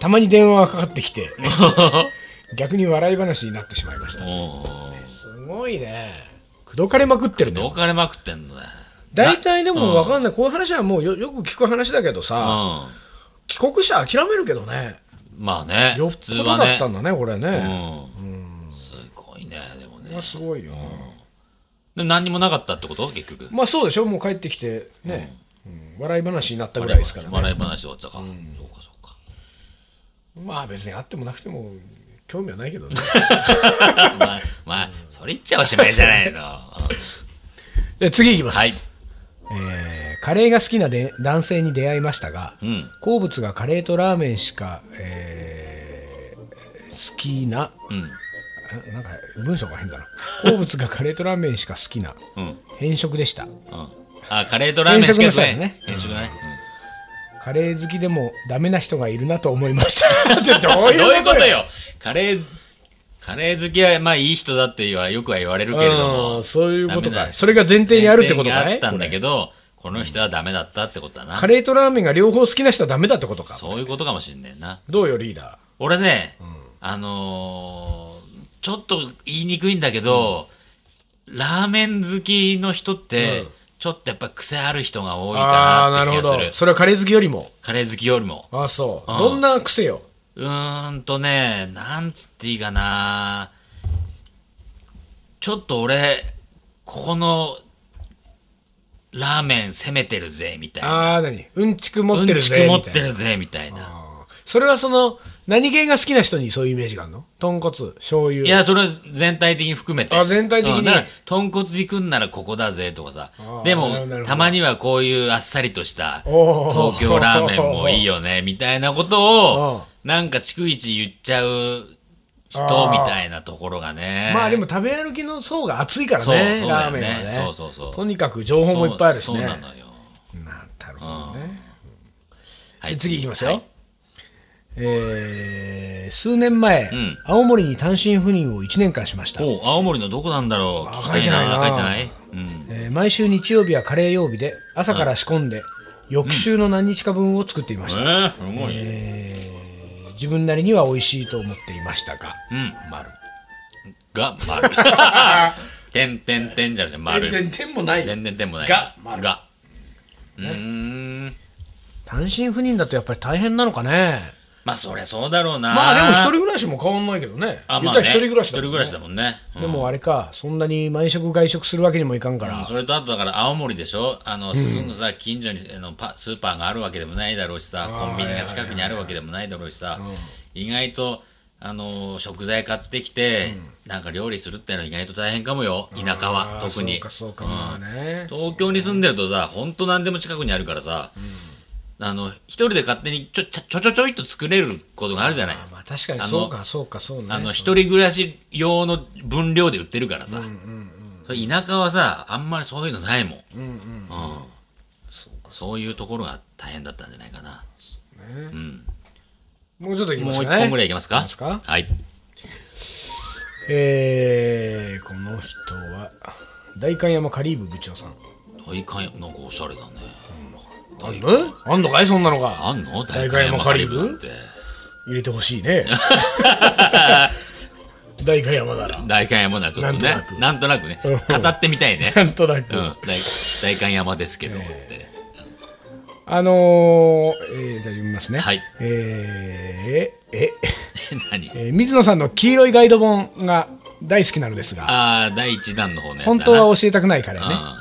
[SPEAKER 1] たまに電話がかかってきて 逆に笑い話になってしまいました
[SPEAKER 2] もう
[SPEAKER 1] すごいね口説かれまくってる
[SPEAKER 2] ど
[SPEAKER 1] ね
[SPEAKER 2] かれまくってんのね
[SPEAKER 1] 大体でも分かんないこういう話はもうよよく聞く話だけど
[SPEAKER 2] う
[SPEAKER 1] さ
[SPEAKER 2] ん
[SPEAKER 1] 帰国者諦めるけどね
[SPEAKER 2] まあね
[SPEAKER 1] よっ
[SPEAKER 2] 普通
[SPEAKER 1] ぽど
[SPEAKER 2] は
[SPEAKER 1] だ
[SPEAKER 2] ね
[SPEAKER 1] ったんだねこれね、
[SPEAKER 2] うんすごいねでも
[SPEAKER 1] ま
[SPEAKER 2] ね
[SPEAKER 1] あすごいよ、
[SPEAKER 2] でも何にもなかったってこと結局
[SPEAKER 1] まあそうでしょもう帰ってきてね、うん笑い話になったぐらいですからね
[SPEAKER 2] 笑い話終わったか、そうかそうか
[SPEAKER 1] まあ別にあってもなくても興味はないけどね
[SPEAKER 2] まあ、まあ、それ言っちゃおしまいじゃないの。
[SPEAKER 1] で次いきます、
[SPEAKER 2] はい
[SPEAKER 1] えーカレーが好きなで男性に出会いましたが、
[SPEAKER 2] うん
[SPEAKER 1] 好物がカレーとラーメンしか、えー好きな
[SPEAKER 2] うん。
[SPEAKER 1] あなんか文章が変だな好物がカレーとラーメンしか好きな
[SPEAKER 2] うん。うん。
[SPEAKER 1] 偏食でした
[SPEAKER 2] あ、カレーとラーメンしか食えん
[SPEAKER 1] 偏食の人だね
[SPEAKER 2] 偏食だね。
[SPEAKER 1] カレー好きでもダメな人がいるなと思いましたってどう
[SPEAKER 2] うんどうい
[SPEAKER 1] いうう
[SPEAKER 2] こ
[SPEAKER 1] こととよ
[SPEAKER 2] よカレー、カレー好きは、まあいい人だってはよくは言われるけれど
[SPEAKER 1] う
[SPEAKER 2] も。
[SPEAKER 1] んそういうこと
[SPEAKER 2] ダメ
[SPEAKER 1] か
[SPEAKER 2] だ
[SPEAKER 1] それが前提にあるってことか
[SPEAKER 2] 前
[SPEAKER 1] い
[SPEAKER 2] 提にあったんだけど、この人はダメだったってことだな
[SPEAKER 1] カ。レーとラーメンが両方好きな人はダメだってことか
[SPEAKER 2] そういうことかもしんねえな。
[SPEAKER 1] どうよリーダ
[SPEAKER 2] 俺ね、あのーちょっと言いにくいんだけど、ラーメン好きの人って、ちょっとやっぱ癖ある人が多
[SPEAKER 1] ー
[SPEAKER 2] いか
[SPEAKER 1] ー
[SPEAKER 2] なって気がする。
[SPEAKER 1] それはカレー好きよりも
[SPEAKER 2] カレー好きよりも。
[SPEAKER 1] ああそう
[SPEAKER 2] うん
[SPEAKER 1] どんな癖よ
[SPEAKER 2] うーんとね、なんつっていいかな。ちょっと俺、ここの、ラーメン攻めてるぜ、みたいな。
[SPEAKER 1] ああ、何うんちく持
[SPEAKER 2] う
[SPEAKER 1] っ
[SPEAKER 2] ん
[SPEAKER 1] てる
[SPEAKER 2] ち
[SPEAKER 1] ぜ。
[SPEAKER 2] く持っ
[SPEAKER 1] みた
[SPEAKER 2] て
[SPEAKER 1] いな
[SPEAKER 2] るぜ、みたいな。
[SPEAKER 1] あーそれはその、何系が好きな人にそういうイメージがあるの豚骨、醤油。
[SPEAKER 2] いや、それは全体的に含めて。
[SPEAKER 1] あ全体的に
[SPEAKER 2] うんだから、豚骨行くんならここだぜ、とかさ
[SPEAKER 1] あ。
[SPEAKER 2] で
[SPEAKER 1] なるほど
[SPEAKER 2] も
[SPEAKER 1] なるほ、ど
[SPEAKER 2] たまにはこういうあっさりとした、
[SPEAKER 1] おー
[SPEAKER 2] 東京ラーメンもいいよね、みたいなことを
[SPEAKER 1] あ、
[SPEAKER 2] なんか逐一言っちゃう人みたいなところがね。
[SPEAKER 1] まあでも食べ歩きの層が厚いから
[SPEAKER 2] そうそうだ
[SPEAKER 1] ね
[SPEAKER 2] よね
[SPEAKER 1] ラーメンはね
[SPEAKER 2] そうそうそう
[SPEAKER 1] とにかく情報もいっぱいあるしね
[SPEAKER 2] そう
[SPEAKER 1] な
[SPEAKER 2] そうんなのよ。
[SPEAKER 1] だろうね
[SPEAKER 2] は
[SPEAKER 1] じゃあ次いきますよ、
[SPEAKER 2] はい
[SPEAKER 1] えー数年前、
[SPEAKER 2] ん
[SPEAKER 1] 青森に単身赴任を1年間しました、
[SPEAKER 2] おう青森のどこなんだろう。
[SPEAKER 1] 書いてないな
[SPEAKER 2] 聞きた書いてない。うん。
[SPEAKER 1] えー毎週日曜日はカレー曜日で朝から仕込んで、翌週の何日か分を作っていました、
[SPEAKER 2] えー、すごいね。
[SPEAKER 1] えー自分なりには美味しいと思っていましたが、
[SPEAKER 2] うん。
[SPEAKER 1] 丸
[SPEAKER 2] が丸。てんてんてんじゃなくて丸。てん
[SPEAKER 1] 点もな
[SPEAKER 2] てんてんもない。
[SPEAKER 1] が丸
[SPEAKER 2] が。うーん。
[SPEAKER 1] 単身赴任だとやっぱり大変なのかね
[SPEAKER 2] まあそりゃそうだろうな。
[SPEAKER 1] まあでも一人暮らしも変わんないけどね
[SPEAKER 2] あ
[SPEAKER 1] 言
[SPEAKER 2] ま
[SPEAKER 1] った
[SPEAKER 2] あ
[SPEAKER 1] ら
[SPEAKER 2] ね
[SPEAKER 1] 一人暮らしだ
[SPEAKER 2] 一人暮らしだもんね。うん
[SPEAKER 1] でもあれかそんなに毎食外食するわけにもいかんから、
[SPEAKER 2] それとあとだから青森でしょあのすぐさ近所にあのパスーパーがあるわけでもないだろうしさコンビニが近くにあるわけでもないだろうしさ意外とあの食材買ってきてなんか料理するってのは意外と大変かもよ田舎は
[SPEAKER 1] あー
[SPEAKER 2] 特に
[SPEAKER 1] そうかそうかまあね
[SPEAKER 2] 東京に住んでるとさほんと何でも近くにあるからさあの一人で勝手にちょちょちょちょちょいっと作れることがあるじゃない
[SPEAKER 1] まあ確かにそうかそうかそうね
[SPEAKER 2] あの、一人暮らし用の分量で売ってるからさ。それ田舎はさ、あんまりそういうのないもん。うんそういうところが大変だったんじゃないかな。
[SPEAKER 1] もうちょっといき
[SPEAKER 2] も
[SPEAKER 1] ま
[SPEAKER 2] う
[SPEAKER 1] す
[SPEAKER 2] 一
[SPEAKER 1] かね
[SPEAKER 2] 本ぐらいいきます
[SPEAKER 1] い
[SPEAKER 2] か
[SPEAKER 1] きますか
[SPEAKER 2] はい。
[SPEAKER 1] えー、この人は代官山カリーブ部長さん
[SPEAKER 2] 大会、なんかおしゃれだね。
[SPEAKER 1] あんのあんのかいそんなのが
[SPEAKER 2] あんの
[SPEAKER 1] 代
[SPEAKER 2] 大
[SPEAKER 1] 官
[SPEAKER 2] 会
[SPEAKER 1] 山
[SPEAKER 2] 山
[SPEAKER 1] カ
[SPEAKER 2] カ
[SPEAKER 1] リ
[SPEAKER 2] リ
[SPEAKER 1] ブ
[SPEAKER 2] ブなんて。
[SPEAKER 1] 入れてほしい ね代官山なら
[SPEAKER 2] 大会山ならちょっと
[SPEAKER 1] な
[SPEAKER 2] ね
[SPEAKER 1] んとなく、
[SPEAKER 2] なんとなくね、
[SPEAKER 1] うん
[SPEAKER 2] 語ってみたいね。
[SPEAKER 1] なんとなく、
[SPEAKER 2] うん、大大会山ですけどって。
[SPEAKER 1] あのーえー、じゃあ読みますね
[SPEAKER 2] はい
[SPEAKER 1] えー、え
[SPEAKER 2] 何
[SPEAKER 1] えー水野さんの黄色いガイド本が大好きなのですが
[SPEAKER 2] ああ、第一弾の方ね。
[SPEAKER 1] 本当は教えたくないカレーね
[SPEAKER 2] は、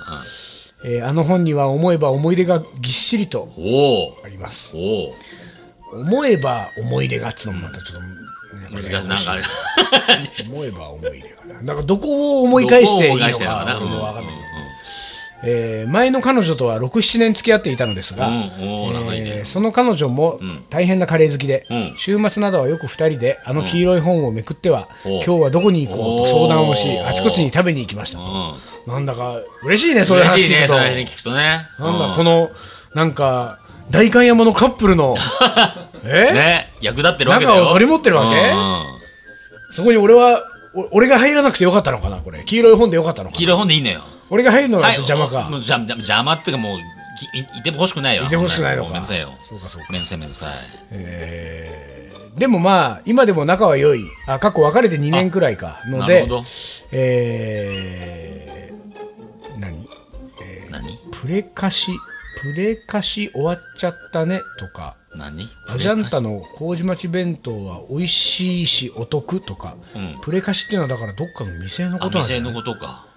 [SPEAKER 1] えーあの本には思えば思い出がぎっしりと
[SPEAKER 2] うんうん、おお
[SPEAKER 1] あります
[SPEAKER 2] おお
[SPEAKER 1] 思えば思い出がっつうのもまたちょっと、ね
[SPEAKER 2] 難しい。なんか、
[SPEAKER 1] 思えば思い出がななんかどこを思い返していいのか俺もわかんない、えー前の彼女とは67年付き合っていたのですが、
[SPEAKER 2] うんうん、おお、長い
[SPEAKER 1] え
[SPEAKER 2] ね
[SPEAKER 1] ー。その彼女も大変なカレー好きで、
[SPEAKER 2] うん
[SPEAKER 1] 週末などはよく2人であの黄色い本をめくっては、
[SPEAKER 2] うん
[SPEAKER 1] 今日はどこに行こうと相談をし
[SPEAKER 2] おー
[SPEAKER 1] あちこちに食べに行きました
[SPEAKER 2] う
[SPEAKER 1] と、
[SPEAKER 2] ん。
[SPEAKER 1] なんだか嬉しいねそういう
[SPEAKER 2] 嬉
[SPEAKER 1] 話
[SPEAKER 2] しい
[SPEAKER 1] 聞
[SPEAKER 2] ね、
[SPEAKER 1] くと、
[SPEAKER 2] そういう話聞くとね。
[SPEAKER 1] なんだこ
[SPEAKER 2] の、
[SPEAKER 1] のなんか代官山のカップル のえ、
[SPEAKER 2] ね、役立ってるわけだよ。
[SPEAKER 1] 中を取り持ってるわけ
[SPEAKER 2] うん
[SPEAKER 1] そこに俺はお俺が入らなくてよかったのかなこれ黄色い本でよかったのかな
[SPEAKER 2] 黄色い本でいいのよ。
[SPEAKER 1] 俺が入るのが
[SPEAKER 2] はい
[SPEAKER 1] 邪魔か、
[SPEAKER 2] もう邪魔邪邪魔っていうかもう、きいいてほしくないよ。
[SPEAKER 1] いてほしくないのか
[SPEAKER 2] ごめんなさいよ。
[SPEAKER 1] そうかそうか
[SPEAKER 2] ごめんなさい、ごめんなさい。
[SPEAKER 1] えーでもまあ今でも仲は良いあ過去別れて2年くらいかの
[SPEAKER 2] な
[SPEAKER 1] で
[SPEAKER 2] るほど。
[SPEAKER 1] えー何
[SPEAKER 2] 何
[SPEAKER 1] プレカシプレカシ終わっちゃったねとか
[SPEAKER 2] 何
[SPEAKER 1] アジャンタ
[SPEAKER 2] の。
[SPEAKER 1] の麹町弁当は美味しいしお得とか、
[SPEAKER 2] うん
[SPEAKER 1] プレカシっていうのはだからどっかの店の
[SPEAKER 2] あ、
[SPEAKER 1] ことなんじ
[SPEAKER 2] 店
[SPEAKER 1] ゃない
[SPEAKER 2] のことか。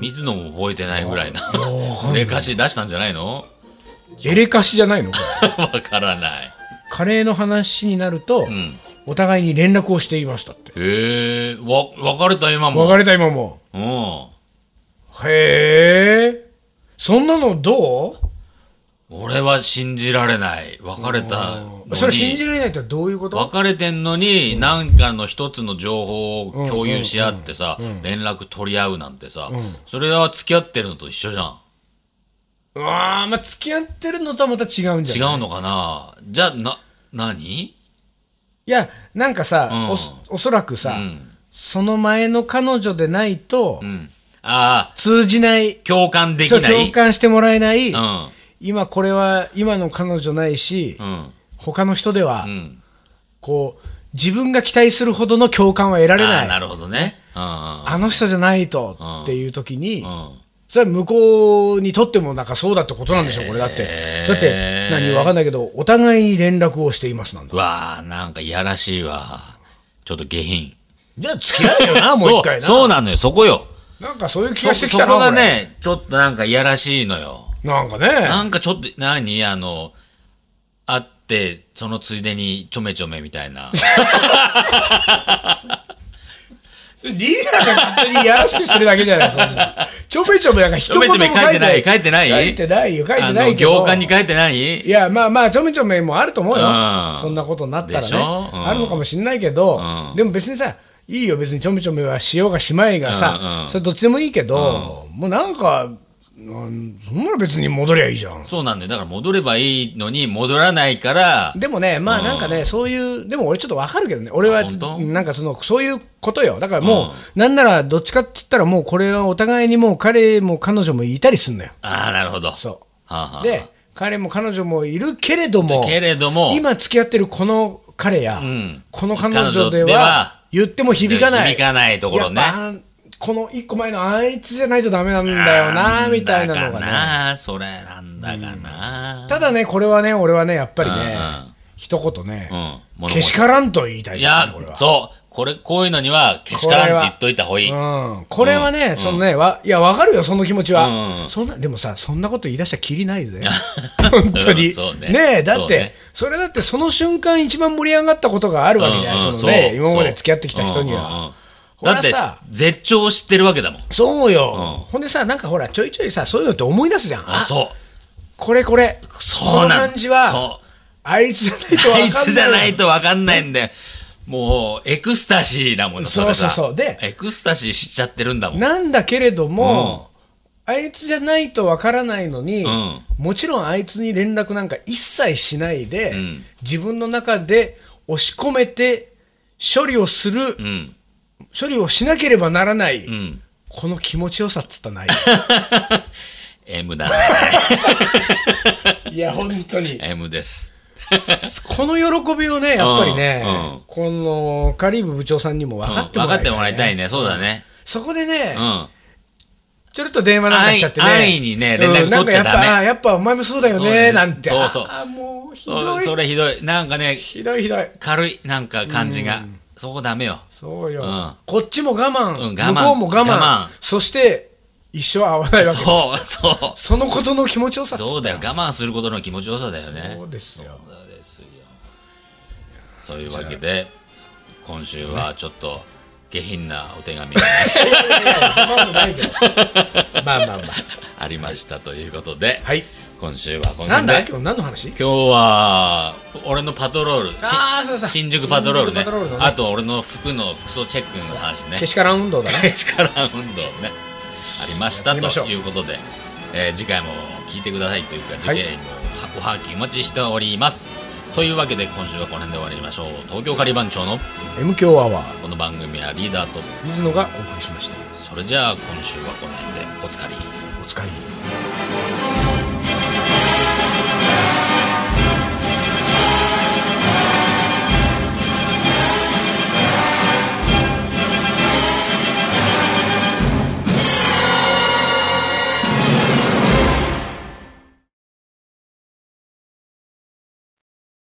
[SPEAKER 2] 水野も覚えてないぐらいな
[SPEAKER 1] ー。
[SPEAKER 2] レカシ出したんじゃないの
[SPEAKER 1] エレカシじゃないのこれ
[SPEAKER 2] わからない。
[SPEAKER 1] カレーの話になると、
[SPEAKER 2] うん。
[SPEAKER 1] お互いに連絡をしていましたって
[SPEAKER 2] へえ、わ、別れた今も。
[SPEAKER 1] 別れた今も
[SPEAKER 2] うん。
[SPEAKER 1] へえそんなのど
[SPEAKER 2] 俺は信じられない。別れたの
[SPEAKER 1] うそれ信
[SPEAKER 2] に
[SPEAKER 1] じ。られないってどういうこと
[SPEAKER 2] 別れてんのに、なんかの一つの情報を共有し合ってさ、連絡取り合うなんてさ、それは付き合ってるのと一緒じゃん。
[SPEAKER 1] うわーまあ付き合ってるのとはまた違うんじゃない
[SPEAKER 2] 違うのかなじゃあ、な、何
[SPEAKER 1] いやなんかさ、
[SPEAKER 2] ん
[SPEAKER 1] おそおそらくさ、
[SPEAKER 2] ん
[SPEAKER 1] その前の彼女でないと、
[SPEAKER 2] うん。ああ、
[SPEAKER 1] 通じない
[SPEAKER 2] 共感でき
[SPEAKER 1] そう
[SPEAKER 2] ない
[SPEAKER 1] 共感してもらえない、
[SPEAKER 2] うん。
[SPEAKER 1] 今これは今の彼女ないし、
[SPEAKER 2] うん。
[SPEAKER 1] 他の人では、
[SPEAKER 2] ん
[SPEAKER 1] こう自分が期待するほどの共感は得られ
[SPEAKER 2] あ
[SPEAKER 1] な
[SPEAKER 2] あ、
[SPEAKER 1] い
[SPEAKER 2] な
[SPEAKER 1] あ
[SPEAKER 2] るほどね。うんうん
[SPEAKER 1] の人じゃないとっていう時に、
[SPEAKER 2] うん。うん。
[SPEAKER 1] それは向こうにとってもなんかそうだってことなんでしょう、これだって。だって、何わかんないけど、お互いに連絡をしていますなんだ。
[SPEAKER 2] うわあ、なんかいやらしいわ。ちょっと下品。
[SPEAKER 1] じゃあ、付き合えよ な、もう
[SPEAKER 2] そ
[SPEAKER 1] 一回
[SPEAKER 2] う、
[SPEAKER 1] な。
[SPEAKER 2] そうなのよ、そこよ。
[SPEAKER 1] なんかそういう気
[SPEAKER 2] そ
[SPEAKER 1] がしてき
[SPEAKER 2] そ
[SPEAKER 1] たな。
[SPEAKER 2] こが
[SPEAKER 1] これ。
[SPEAKER 2] ね、ちょっとなんかいやらしいのよ。
[SPEAKER 1] なんかね。
[SPEAKER 2] なんかちょっと、何あの、会って、そのついでにちょめちょめみたいな。
[SPEAKER 1] リーダーが勝手にやらしくしてるだけじゃない、そんな。ちょめちょめなんか一言も書いてない。
[SPEAKER 2] ちょめちょめ書いてない
[SPEAKER 1] 書
[SPEAKER 2] 書
[SPEAKER 1] い
[SPEAKER 2] い
[SPEAKER 1] て
[SPEAKER 2] て
[SPEAKER 1] ない よ、書いて
[SPEAKER 2] あ
[SPEAKER 1] な
[SPEAKER 2] の、
[SPEAKER 1] いけど。
[SPEAKER 2] 行間に書いてない
[SPEAKER 1] い
[SPEAKER 2] い
[SPEAKER 1] や、まあまあ、ちょめちょめもあると思うよ
[SPEAKER 2] う。ん
[SPEAKER 1] そんなことになったら
[SPEAKER 2] で
[SPEAKER 1] ね。
[SPEAKER 2] しょうん
[SPEAKER 1] あるのかもしんないけど
[SPEAKER 2] う、ん
[SPEAKER 1] でも別にさ、いいよ別にちょめちょめはしようがしまいがさ、
[SPEAKER 2] うんうん
[SPEAKER 1] それどっちでもいいけど、もうなんか、うんそんなの別に戻りゃいいじゃん
[SPEAKER 2] そうなんだよ。だから戻ればいいのに戻らないから、
[SPEAKER 1] でもねまあなんかね、そういうでも俺ちょっとわかるけどね俺は
[SPEAKER 2] あ本当
[SPEAKER 1] なんかそのそういうことよだからもう、なんならどっちかって言ったらもうこれはお互いにもう彼も彼女もいたりすんのよ
[SPEAKER 2] ああ、なるほど。
[SPEAKER 1] そ
[SPEAKER 2] はあは
[SPEAKER 1] う
[SPEAKER 2] あ
[SPEAKER 1] で彼も彼女もいるけれども
[SPEAKER 2] けれども、
[SPEAKER 1] 今付き合ってるこの彼や、
[SPEAKER 2] ん
[SPEAKER 1] この彼女
[SPEAKER 2] 彼
[SPEAKER 1] で
[SPEAKER 2] 女で
[SPEAKER 1] は
[SPEAKER 2] は
[SPEAKER 1] 言っても響かない
[SPEAKER 2] 響かないところね
[SPEAKER 1] やっぱあんこの一個前のあいつじゃないとダメなんだよなみたいなの
[SPEAKER 2] んだ
[SPEAKER 1] が
[SPEAKER 2] か
[SPEAKER 1] ね
[SPEAKER 2] な、それなんだかな。
[SPEAKER 1] ただねこれはね俺はねやっぱりね、
[SPEAKER 2] うん
[SPEAKER 1] 一言ね、
[SPEAKER 2] うん
[SPEAKER 1] けしからんと言いたい
[SPEAKER 2] い
[SPEAKER 1] ですね
[SPEAKER 2] や
[SPEAKER 1] これ、は
[SPEAKER 2] そう。これ、こういうのには、けしからんって言っといた方がいい。
[SPEAKER 1] うん、これはね、そのねわいやわかるよその気持ちは、
[SPEAKER 2] うんうん
[SPEAKER 1] そんなでもさそんなこと言い出したらきりないぜ 本当に、
[SPEAKER 2] うんそうね
[SPEAKER 1] えだっ
[SPEAKER 2] そう
[SPEAKER 1] てそ,、
[SPEAKER 2] ね
[SPEAKER 1] れだってその瞬間一番盛り上がったことがあるわけじゃない、
[SPEAKER 2] うんうん
[SPEAKER 1] そのね
[SPEAKER 2] そう
[SPEAKER 1] 今まで付き合ってきた人には、
[SPEAKER 2] うんうんうん
[SPEAKER 1] 俺
[SPEAKER 2] だ
[SPEAKER 1] は
[SPEAKER 2] って
[SPEAKER 1] さ、
[SPEAKER 2] 絶頂を知ってるわけだもん。
[SPEAKER 1] そうよ、ほんでさなんかほらちょいちょいさそういうのって思い出すじゃん
[SPEAKER 2] あ、そう。
[SPEAKER 1] これこれ
[SPEAKER 2] そう
[SPEAKER 1] こ
[SPEAKER 2] な
[SPEAKER 1] の
[SPEAKER 2] ん
[SPEAKER 1] 感じは
[SPEAKER 2] そう
[SPEAKER 1] あいつじゃないとわかん
[SPEAKER 2] あ
[SPEAKER 1] ない
[SPEAKER 2] いつじゃないとわかんないんで、もう、エクスタシーだもんね、れさ
[SPEAKER 1] そうそうそうで
[SPEAKER 2] エクスタシーしちゃってるんだもん。
[SPEAKER 1] なんだけれども、あいつじゃないとわからないのに、
[SPEAKER 2] ん
[SPEAKER 1] もちろんあいつに連絡なんか一切しないで、
[SPEAKER 2] ん
[SPEAKER 1] 自分の中で押し込めて処理をする、
[SPEAKER 2] うん。
[SPEAKER 1] 処理をしなければならない、
[SPEAKER 2] うん。
[SPEAKER 1] この気持ちよさっつったらない
[SPEAKER 2] M だ ね。
[SPEAKER 1] いや本当に
[SPEAKER 2] M です。
[SPEAKER 1] この喜びをねやっぱりね、
[SPEAKER 2] うんうん
[SPEAKER 1] このカリーブ部長さんにも分
[SPEAKER 2] う
[SPEAKER 1] か
[SPEAKER 2] ん分
[SPEAKER 1] っても
[SPEAKER 2] から
[SPEAKER 1] いたい、
[SPEAKER 2] ってもらいたいね。そうだね。
[SPEAKER 1] そこでね、
[SPEAKER 2] うん。
[SPEAKER 1] ちょっと電話なんかしちゃってね
[SPEAKER 2] 安易安易にね連絡取っち
[SPEAKER 1] うんな
[SPEAKER 2] ゃダメ
[SPEAKER 1] んかやっぱあやっぱお前もそうだよね
[SPEAKER 2] そう
[SPEAKER 1] なんて
[SPEAKER 2] そうそう
[SPEAKER 1] あもうひ
[SPEAKER 2] そ
[SPEAKER 1] ど
[SPEAKER 2] う
[SPEAKER 1] い
[SPEAKER 2] それひどい。なんかね、
[SPEAKER 1] ひどいひどい。
[SPEAKER 2] 軽い、なんか感じが。そこダメよ。
[SPEAKER 1] そうよ。
[SPEAKER 2] うん
[SPEAKER 1] こっちも我慢,、
[SPEAKER 2] ん我慢
[SPEAKER 1] 向こうも我慢。
[SPEAKER 2] 我慢
[SPEAKER 1] そして、一生会わないわけです。
[SPEAKER 2] そう、そう。
[SPEAKER 1] そのことの気持ちよさっつ
[SPEAKER 2] そうだよ。我慢することの気持ちよさだよね。
[SPEAKER 1] そうですよ。
[SPEAKER 2] そうですよ。というわけで、今週はちょっと下品なお 手紙が
[SPEAKER 1] いやいやいやそんなことないけどさまあまあまあ。
[SPEAKER 2] ありましたということで、
[SPEAKER 1] はい。
[SPEAKER 2] 今週はこの
[SPEAKER 1] なん
[SPEAKER 2] 辺で
[SPEAKER 1] だ今日何の話
[SPEAKER 2] 今日は俺のパトロールし
[SPEAKER 1] あーそうそう
[SPEAKER 2] 新宿パトロールね
[SPEAKER 1] 新宿パトロールのね
[SPEAKER 2] あと俺の服の服装チェックの話ね
[SPEAKER 1] けしからん運動だね。
[SPEAKER 2] 力運動ねありました
[SPEAKER 1] やってみましょう
[SPEAKER 2] ということで、えー次回も聞いてくださいというか次
[SPEAKER 1] はい
[SPEAKER 2] 回もおはがきお待ちしております、というわけで今週はこの辺で終わりましょう東京カリバン長の
[SPEAKER 1] M 強アワー、
[SPEAKER 2] この番組はリーダーと
[SPEAKER 1] 水野がお送りしました。
[SPEAKER 2] それじゃあ今週はこの辺でおつかり
[SPEAKER 1] お疲れ。